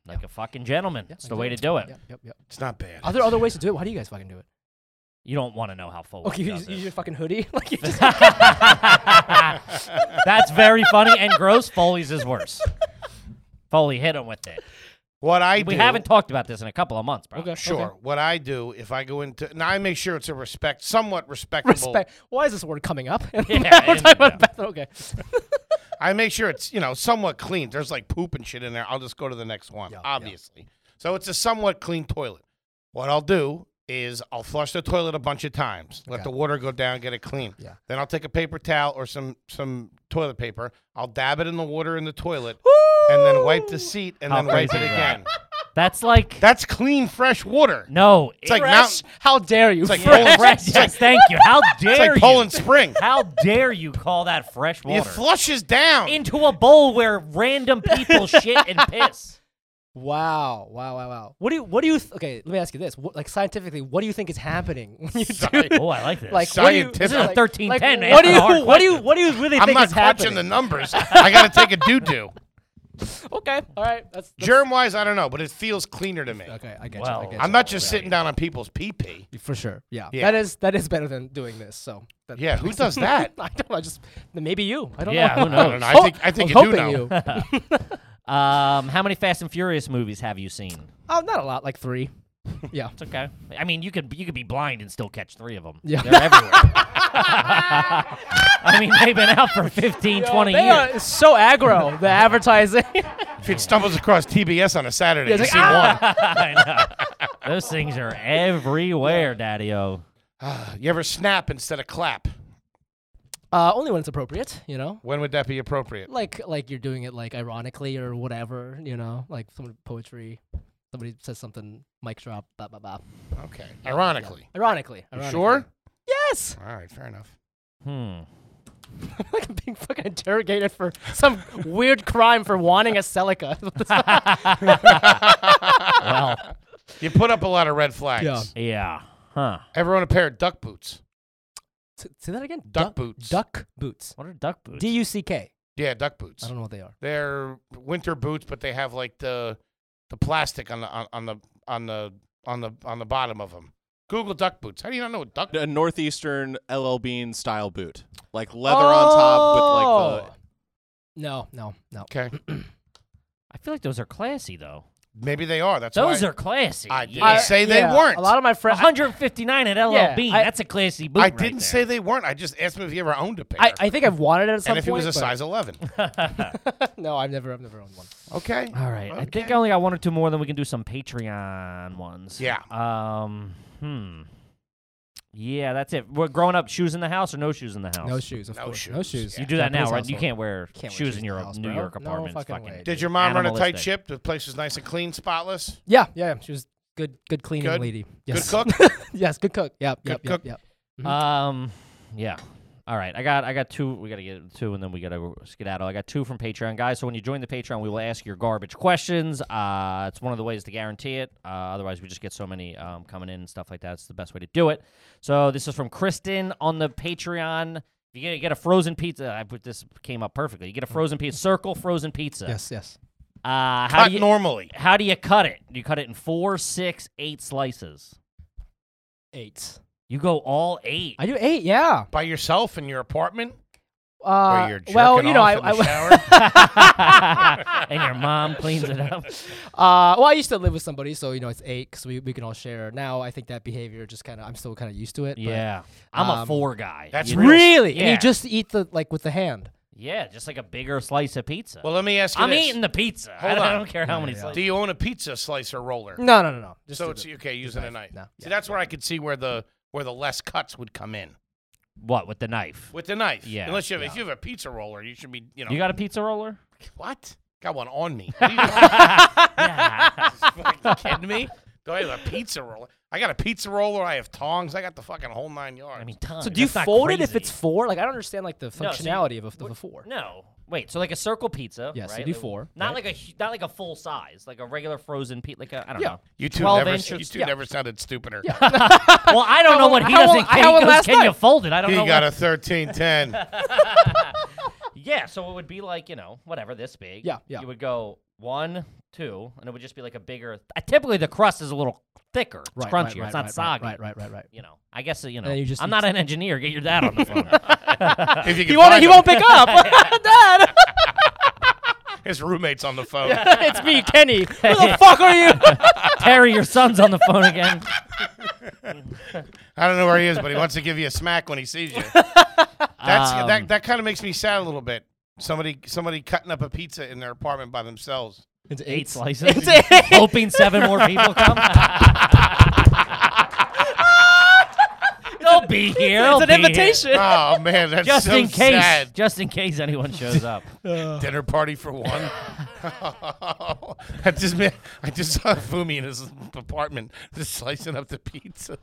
Like a fucking gentleman. That's I the do. way to do it. Yep, yep, yep. It's not bad. Are there other ways to do it? Why do you guys fucking do it? You don't want to know how Foley Okay, you does just use it. your fucking hoodie. Like you just That's very funny and gross. Foley's is worse. Foley hit him with it. What I We do, haven't talked about this in a couple of months, bro. Okay. Sure. What I do if I go into now, I make sure it's a respect, somewhat respectable. respect. Why is this word coming up? Yeah, We're and- uh, talking about yeah. bathroom. Okay. I make sure it's you know somewhat clean. There's like poop and shit in there. I'll just go to the next one, obviously. So it's a somewhat clean toilet. What I'll do is I'll flush the toilet a bunch of times, let the water go down, get it clean. Yeah. Then I'll take a paper towel or some some toilet paper. I'll dab it in the water in the toilet, and then wipe the seat, and How then wipe it crazy is that? again. That's like That's clean, fresh water. no. It's like it- mountain. How dare you? It's like Fred. Poland. It's fresh. Yes, like, thank you. How dare it's like you? Poland Spring. How dare you call that fresh It water flushes down. into a bowl where random people shit and piss? Wow, wow, wow, wow. What do you? What do you? Th- okay, let me ask you this. What, like scientifically, what do you think is happening when you do Sci- it? Oh, I like this. Like Scientific- What This do is you, a like- 1310, man. Like, what do That's a hard you? What do you? What do you really I'm think not is touching happening? the numbers. I got to take a doo doo. okay, all right. That's, that's Germ wise, I don't know, but it feels cleaner to me. Okay, I get Well, you. I get I'm not just sitting down on people's pee pee. you. for sure. Yeah. Yeah. that is that is better than doing this. So that, Yeah, who does that? I don't. know, I just maybe you. I don't Yeah, know. who I don't knows? know. I think I think was you do know. Oh, hoping you. Um, how many Fast and Furious movies have you seen? oh, not a lot. Like three. Yeah. It's okay. I mean, you could you could be blind and still catch three of them. Yeah. They're everywhere. I mean, they've been out for 15, 20 They years. are it's so aggro. the advertising. If it stumbles across TBS on a Saturday, Yeah, you it's see like, "Ah!" one. I know. Those things are everywhere, Daddy O. Ah, You ever snap instead of clap? uh, only when it's appropriate. You know. When would that be appropriate? like like you're doing it like ironically or whatever, you know, like some poetry. Somebody says something, mic drop, blah blah blah. Okay, ironically. Ironically, You ironically. sure? Yes. All right, fair enough. Hmm. like I'm being fucking interrogated for some weird crime for wanting a Celica. Well, You put up a lot of red flags. Yeah. yeah. Huh. Ever own a pair of duck boots? S- Say that again. Duck boots. Duck boots. What are duck boots? D U C K. Yeah, duck boots. I don't know what they are. They're winter boots, but they have like the the plastic on the on, on the on the on the on the bottom of them. Google duck boots. How do you not know what duck? A northeastern LL Bean style boot, like leather on top Oh. with like the the. No, no, no. Okay, I feel like those are classy though. maybe they are. That's Those why are classy. I didn't Yeah. I- say they yeah, weren't. A lot of my friends. 159 at LL Yeah, Bean. I- That's a classy boot. I right didn't there. say they weren't. I just asked him if he ever owned a pair. I, I think I've wanted it at some and if he point. was a size 11. but- no, I've never, I've never owned one. Okay. All right. I think Okay. I only got one or two more. Then we can do some Patreon ones. Yeah. Um. Hmm. Yeah, that's it. We're growing up. Shoes in the house or no shoes in the house? No shoes. Of No course. No shoes, shoes. You do that now, Japanese right? You household. can't wear Can't wear shoes shoes in in your the house, New bro. York No apartment. fucking way, dude. Did your mom run a tight animalistic. ship? The place was nice and clean, spotless. Yeah, yeah, yeah. She was good, good cleaning Good? lady. Yes. Good cook. yes, good cook. Yep, Good yep, cook. yep, yep. Um, yeah. All right, I got I got two. We gotta get two, and then we gotta skedaddle. I got two from Patreon guys. So when you join the Patreon, we will ask your garbage questions. Uh, it's one of the ways to guarantee it. Uh, otherwise, we just get so many um, coming in and stuff like that. It's the best way to do it. So this is from Kristen on the Patreon. You get, get a frozen pizza. I put this came up perfectly. You get a frozen pizza. Circle frozen pizza. Yes, yes. Uh, how Cut do you normally. how do you cut it? Do you cut it in four, six, eight slices? Eight. You go all eight. I do eight. Yeah. By yourself in your apartment? Uh, or you're jerking well, you know, off I, in the I shower? and your mom cleans it up. uh, well, I used to live with somebody, so you know, it's eight because we, we can all share. Now, I think that behavior just kind of, I'm still kind of used to it. but- Yeah, I'm a Um, four guy. that's you know? real. really? And Yeah. you just eat the like with the hand. yeah, just like a bigger slice of pizza. well, let me ask you I'm this. eating the pizza. I Hold don't, I on. don't care how many Do slices. you own a pizza slicer roller? No, no, no, no. Just so do it's the- okay using a knife. knife. No. See, that's where I could see where the where the less cuts would come in What with the knife? with the knife. Yeah, Unless you have, yeah. if you have a pizza roller, you should be you know You got a pizza roller? what got one on me. What are Yeah. you fucking kidding me? Do I have a pizza roller? I got a pizza roller. I have tongs. I got the fucking whole nine yards. I mean, tons. So do you That's not fold it if crazy. it's four? Like, I don't understand like the so you- functionality of, a, of a four. No. Wait, so like a circle pizza? Yes, I right? do Like- four, Not right? like a hu- not like a full size, like a regular frozen pizza. Like a I don't Yeah. know. you two 12 never inches. you two yeah. never sounded stupider. Well, I don't know How what he I- how doesn't. I- he how I goes, last can you night." fold it? I don't He know. got what- a thirteen ten. Yeah, so it would be like, you know, whatever, this big. Yeah, yeah. You would go one, two, and it would just be like a bigger. Uh, typically, the crust is a little thicker. It's Right, crunchier. it's right, right, not right, soggy. Right, right, right, right. You know, I guess, uh, you know, then you just I'm eat not an engineer. Get your dad on the phone. if you He can won't. find He him. won't pick up. Dad, His roommate's on the phone. it's me, Kenny. Who the fuck are you? Terry, your son's on the phone again. I don't know where he Um. is, but he wants to give you a smack when he sees you. That's that. That kind of makes me sad a little bit. Somebody somebody cutting up a pizza in their apartment by themselves. It's Eight eight. slices. It's eight. Hoping seven more people come. They'll be here. It's an they'll be here. invitation. Oh man, that's Just so in case. sad. Just in case anyone shows up. Dinner party for one. I just ma- I just saw Fumi in his apartment just slicing up the pizza.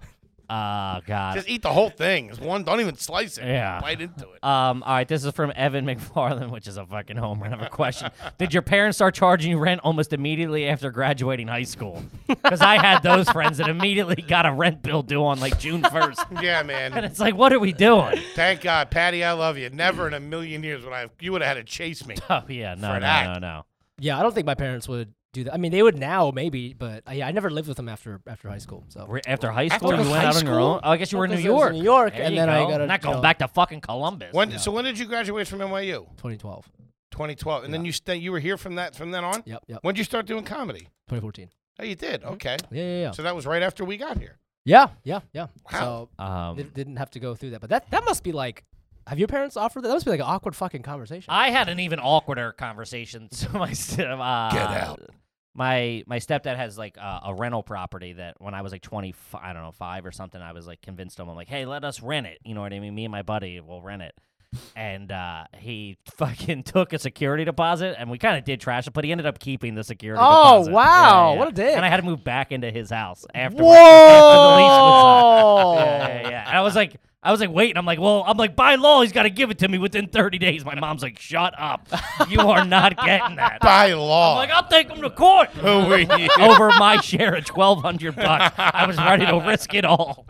Oh God. Just eat the whole thing. It's one. Don't even slice it. Yeah. Bite into it. Um, all right, this is from Evan McFarland, which is a fucking home run of a question. Did your parents start charging you rent almost immediately after graduating high school? Because I had those friends that immediately got a rent bill due on like June 1st. Yeah, man. It's like, what are we doing? Thank God, Patty. I love you. Never in a million years would I. Have, you would have had to chase me. Oh, yeah, no, For no, that. no, no. Yeah, I don't think my parents would do that. I mean, they would now maybe, but I, yeah, I never lived with them after after high school. So Re- After high school, After you went high out on your own? school? Oh, I guess you were in New Because I was York. in New York, There and you then I go. got a- Not going no. back to fucking Columbus. When, So when did you graduate from NYU? 2012. 2012, and then you st- you were here from that from then on. Yep, yep. When did you start doing comedy? 2014. Oh, you did. Mm-hmm. Okay. Yeah, yeah, yeah. So that was right after we got here. Yeah, yeah, yeah. Wow. So Um, they didn't have to go through that. But that that must be like, have your parents offered that? That must be like an awkward fucking conversation. I had an even awkwarder conversation. So my st- uh, Get out. My my stepdad has like uh, a rental property that when I was like twenty, I don't know five or something, I was like convinced him. I'm like, hey, let us rent it. You know what I mean? Me and my buddy will rent it. And uh, he fucking took a security deposit, and we kind of did trash it, but he ended up keeping the security. Oh, deposit. wow. What a dick. And I had to move back into his house after. uh, Oh! Whoa! yeah, yeah, yeah. And I was like, I was like, waiting. I'm like, well, I'm like, by law, he's got to give it to me within 30 days. My mom's like, shut up. You are not getting that. I'm By law. like, "Oh, I'll take him to court Who were you? over my share of 1,200 bucks. I was ready to risk it all.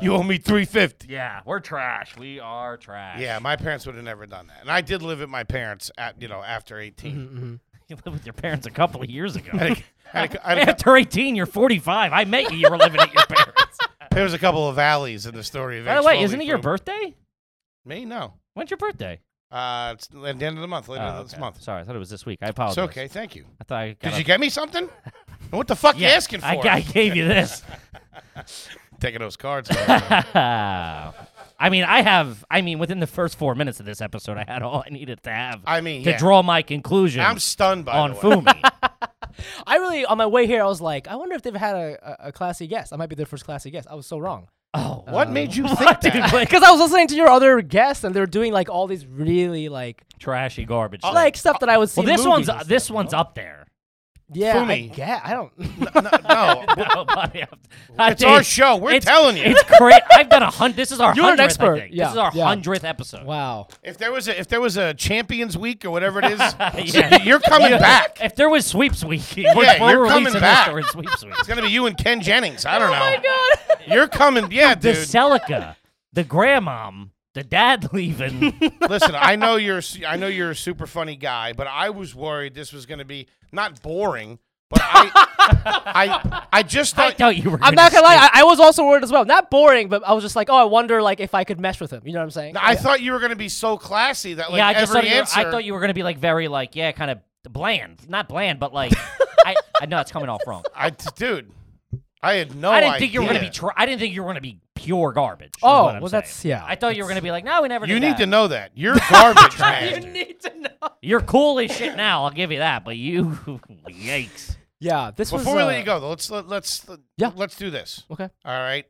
You owe me 350. Yeah, we're trash. We are trash. Yeah, my parents would have never done that. And I did live at my parents at you know after 18. Mm-hmm, you lived with your parents a couple of years ago. I had a- I had a cou- After 18, you're 45. I met you. You were living at your parents. there was a couple of valleys in the story of E By the way, isn't it your birthday? Me? No. When's your birthday? Uh, it's at the end of the month, later Oh, Uh, this okay. month. Sorry, I thought it was this week. I It's apologize. okay. Thank you. I thought I got Did a- you get me something? And what the fuck you asking for? I, I gave you this. Taking those cards. I mean, I have. I mean, within the first four minutes of this episode, I had all I needed to have. I mean, to yeah. draw my conclusion I'm stunned by on the way. Fumi. I really, on my way here, I was like, I wonder if they've had a, a, a classy guest. I might be their first classy guest. I was so wrong. oh, What made you think dude, that? like Because I was listening to your other guests, and they were doing like all these really like trashy garbage. Oh, like stuff that I would see. well, this in one's movies and this stuff, you one's know? up there. Yeah, I, Fumi. yeah, I don't. No, no. Nobody up- It's our show. We're it's- telling you. It's great. I've done a hundred. This is our You're an hundredth. expert. I think. Yeah, This is our yeah. hundredth episode. wow. If there was a if there was a Champions Week or whatever it is, Yeah. you're coming back. If there was sweeps week, we're, Yeah, we're you're coming releasing back. This during sweeps week. It's gonna be you and Ken Jennings. I don't know. Oh my god. You're coming, yeah, the dude. Celica, the grandmom, the dad leaving. Listen, I know you're s- I know you're a super funny guy, but I was worried this was gonna be not boring, but I I I just I thought thought you were. I'm not gonna lie. I, I was also worried as well. Not boring, but I was just like, oh, I wonder like if I could mesh with him. You know what I'm saying? No, I Yeah. thought you were gonna be so classy that like yeah, I just every thought you were, answer I thought you were gonna be like very like yeah, kind of bland. Not bland, but like I, I know it's coming off wrong. I t- dude. Oh, I had no I didn't think you were gonna idea. be. Tr- I didn't think you were gonna be pure garbage. is Oh, what I'm well, saying. that's- yeah, I thought you were gonna be like, no, we never. You did need that. to know that. You're garbage, man. need to know. You're cool as shit now. I'll give you that. But you, yikes. Yeah, this was. Before we uh, let you go, though, let's let, let's Yeah. let's do this. Okay. All right.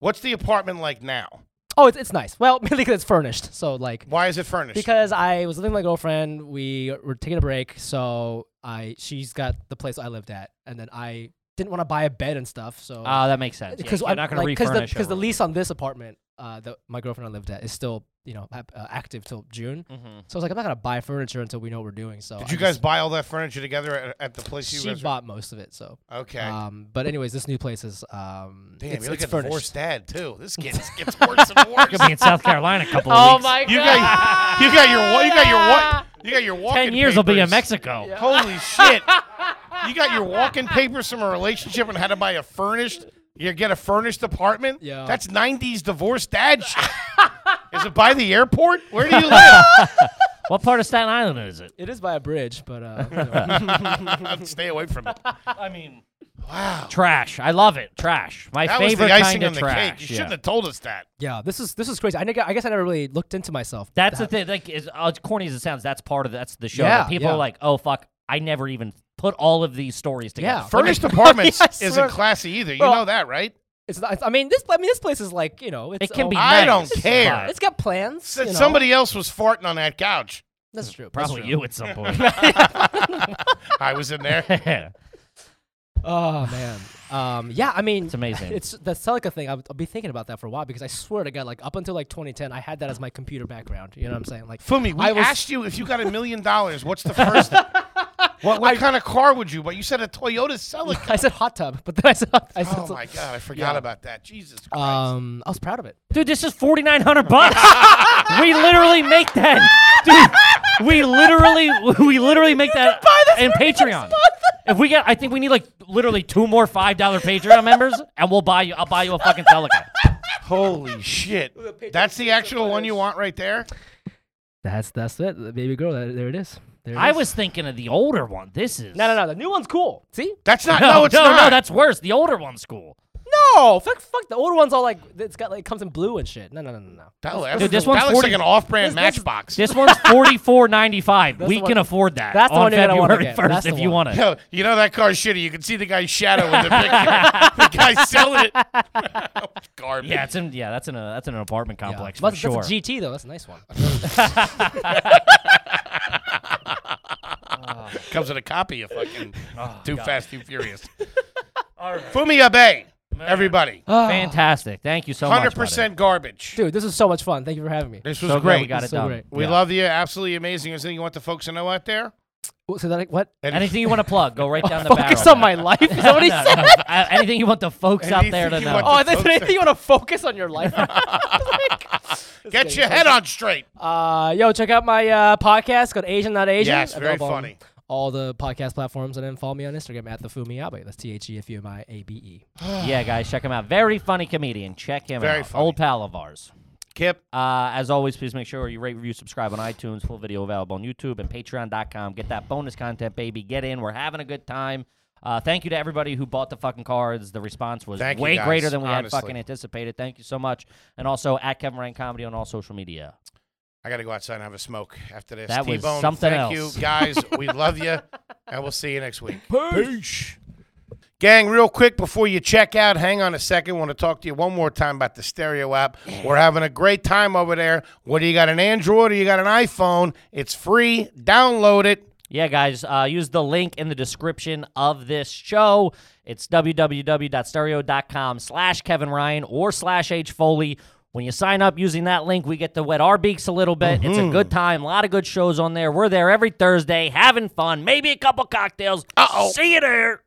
What's the apartment like now? Oh, it's, it's nice. Well, mainly because it's furnished. So like, Why is it furnished? because I was living with my girlfriend, we were taking a break, so I she's got the place I lived at, and then I didn't want to buy a bed and stuff, so Oh, that makes sense. Because I'm I'm not gonna like, the, refurnish. because the lease on this apartment uh, that my girlfriend I lived at is still you know hap- uh, active till June. Mhm. So I was like, I'm not gonna buy furniture until we know what we're doing. So Did I you guys just- buy all that furniture together at, at the place you She guys? bought most of it, so. okay. Um, but anyways, this new place is um, Damn, it's, you're like it's a furnished. divorced dad too. This kid just gets worse and worse. Could be in South Carolina a couple of weeks. You got, you got your, wa- you got your, wa- you got your walking. Ten years will be in papers. Mexico. Holy shit! You got your walking papers from a relationship and how to buy a furnished. You get a furnished apartment. Yeah. That's '90s divorced dad shit. Is it by the airport? Where do you live? What part of Staten Island is it? It is by a bridge, but uh, you know. Stay away from it. I mean, Wow. Trash. I love it. Trash. My That was favorite the icing kind on of the trash. cake. You yeah. shouldn't have told us that. Yeah, this is this is crazy. I, neg- I guess I never really looked into myself. That's that. the thing. Like, as uh, as corny as it sounds, that's part of that's the show. Yeah, that people yeah. are like, "Oh fuck, I never even put all of these stories together." Yeah. Furnished apartments I swear. isn't classy either. You Well, know that, right? It's not, it's- I mean, this. I mean, this place is like you know. It's It can all- be. I nice, don't care. but It's got plans. S- you know. Somebody else was farting on that couch. That's true. Probably you at some point. I was in there. it's Oh man. Um. Yeah. I mean, amazing. it's the Celica thing. I'll, I'll be thinking about that for a while because I swear to God, like up until like 2010, I had that as my computer background. You know what I'm saying? Like, Fumi, we I was- asked you if you got a million dollars, what's the first? what what kind of car would you? But you said a Toyota Celica. I said hot tub, but then I said, I said Oh my god, I forgot about that. Jesus Christ. Um, I was proud of it. Dude, this is forty nine hundred bucks. we literally make that. Dude, we literally we literally make that in Patreon. If we get, I think we need like literally two more five dollar Patreon members, and we'll buy you. I'll buy you a fucking Celica. Holy shit. That's the actual one you want right there? That's that's it, the baby girl. That, there it is. There it I is. was thinking of the older one. This is No, no, no. The new one's cool. See? That's not no, no, it's no, not. no, That's worse. The older one's cool. No, fuck, fuck. The older one's all like it's got like comes in blue and shit. No, no, no, no, no. that, looks- Dude, this that one's looks 40 like an off-brand this- this- matchbox. This one's forty four ninety five. We the one- can afford that. that's the on one you're gonna wanna February get. first That's the if you one. want it. Yo, you know that car's shitty. You can see the guy's shadow in the picture. the guy's selling it. Garbage. Yeah, it's in. Yeah, that's in a that's in an apartment complex But for that's sure. a GT though. That's a nice one. Comes in a copy of fucking Oh, Too Fast, Too Furious. Fumi Abe, everybody. Oh, Fantastic. Thank you so much. buddy. 100% garbage. Dude, this is so much fun. Thank you for having me. This was So glad great. We got it so done. great. We love you. Absolutely amazing. Is there anything you want the folks to know out there? What- So that like what? And Anything you want to plug, go right down the barrel. Focus on my life. Is that what he No, said? no. Uh, anything you want the folks out there to Anything you know. Oh, want I thought you said anything you want to focus on your life. Get your head on straight. Uh, yo, check out my uh, podcast called Asian Not Asian. Yes, very Available on funny. All the podcast platforms, and then follow me on Instagram at the Fumiabe. That's T H E F U M I A B E. yeah, guys, check him out. Very funny comedian. Check him Very out. funny. Old pal of ours. Kip, Uh, as always, please make sure you rate, review, subscribe on iTunes. Full video available on YouTube and Patreon.com. Get that bonus content, baby. Get in. We're having a good time. Uh, thank you to everybody who bought the fucking cards. The response was Thank you, way guys, greater than we honestly. had fucking anticipated. Thank you so much. And also at Kevin Ryan Comedy on all social media. I got to go outside and have a smoke after this. That was T-Bone, something thank else. you, guys. we love you, and we'll see you next week. Peace. Gang, real quick before you check out, hang on a second. want to talk to you one more time about the Stereo app. We're having a great time over there. Whether you got an Android or you got an iPhone, it's free. Download it. Yeah, guys, uh, use the link in the description of this show. It's www.stereo.com slash Kevin Ryan or slash H Foley. When you sign up using that link, we get to wet our beaks a little bit. It's a good time. A lot of good shows on there. We're there every Thursday having fun, maybe a couple cocktails. Uh-oh. See you there.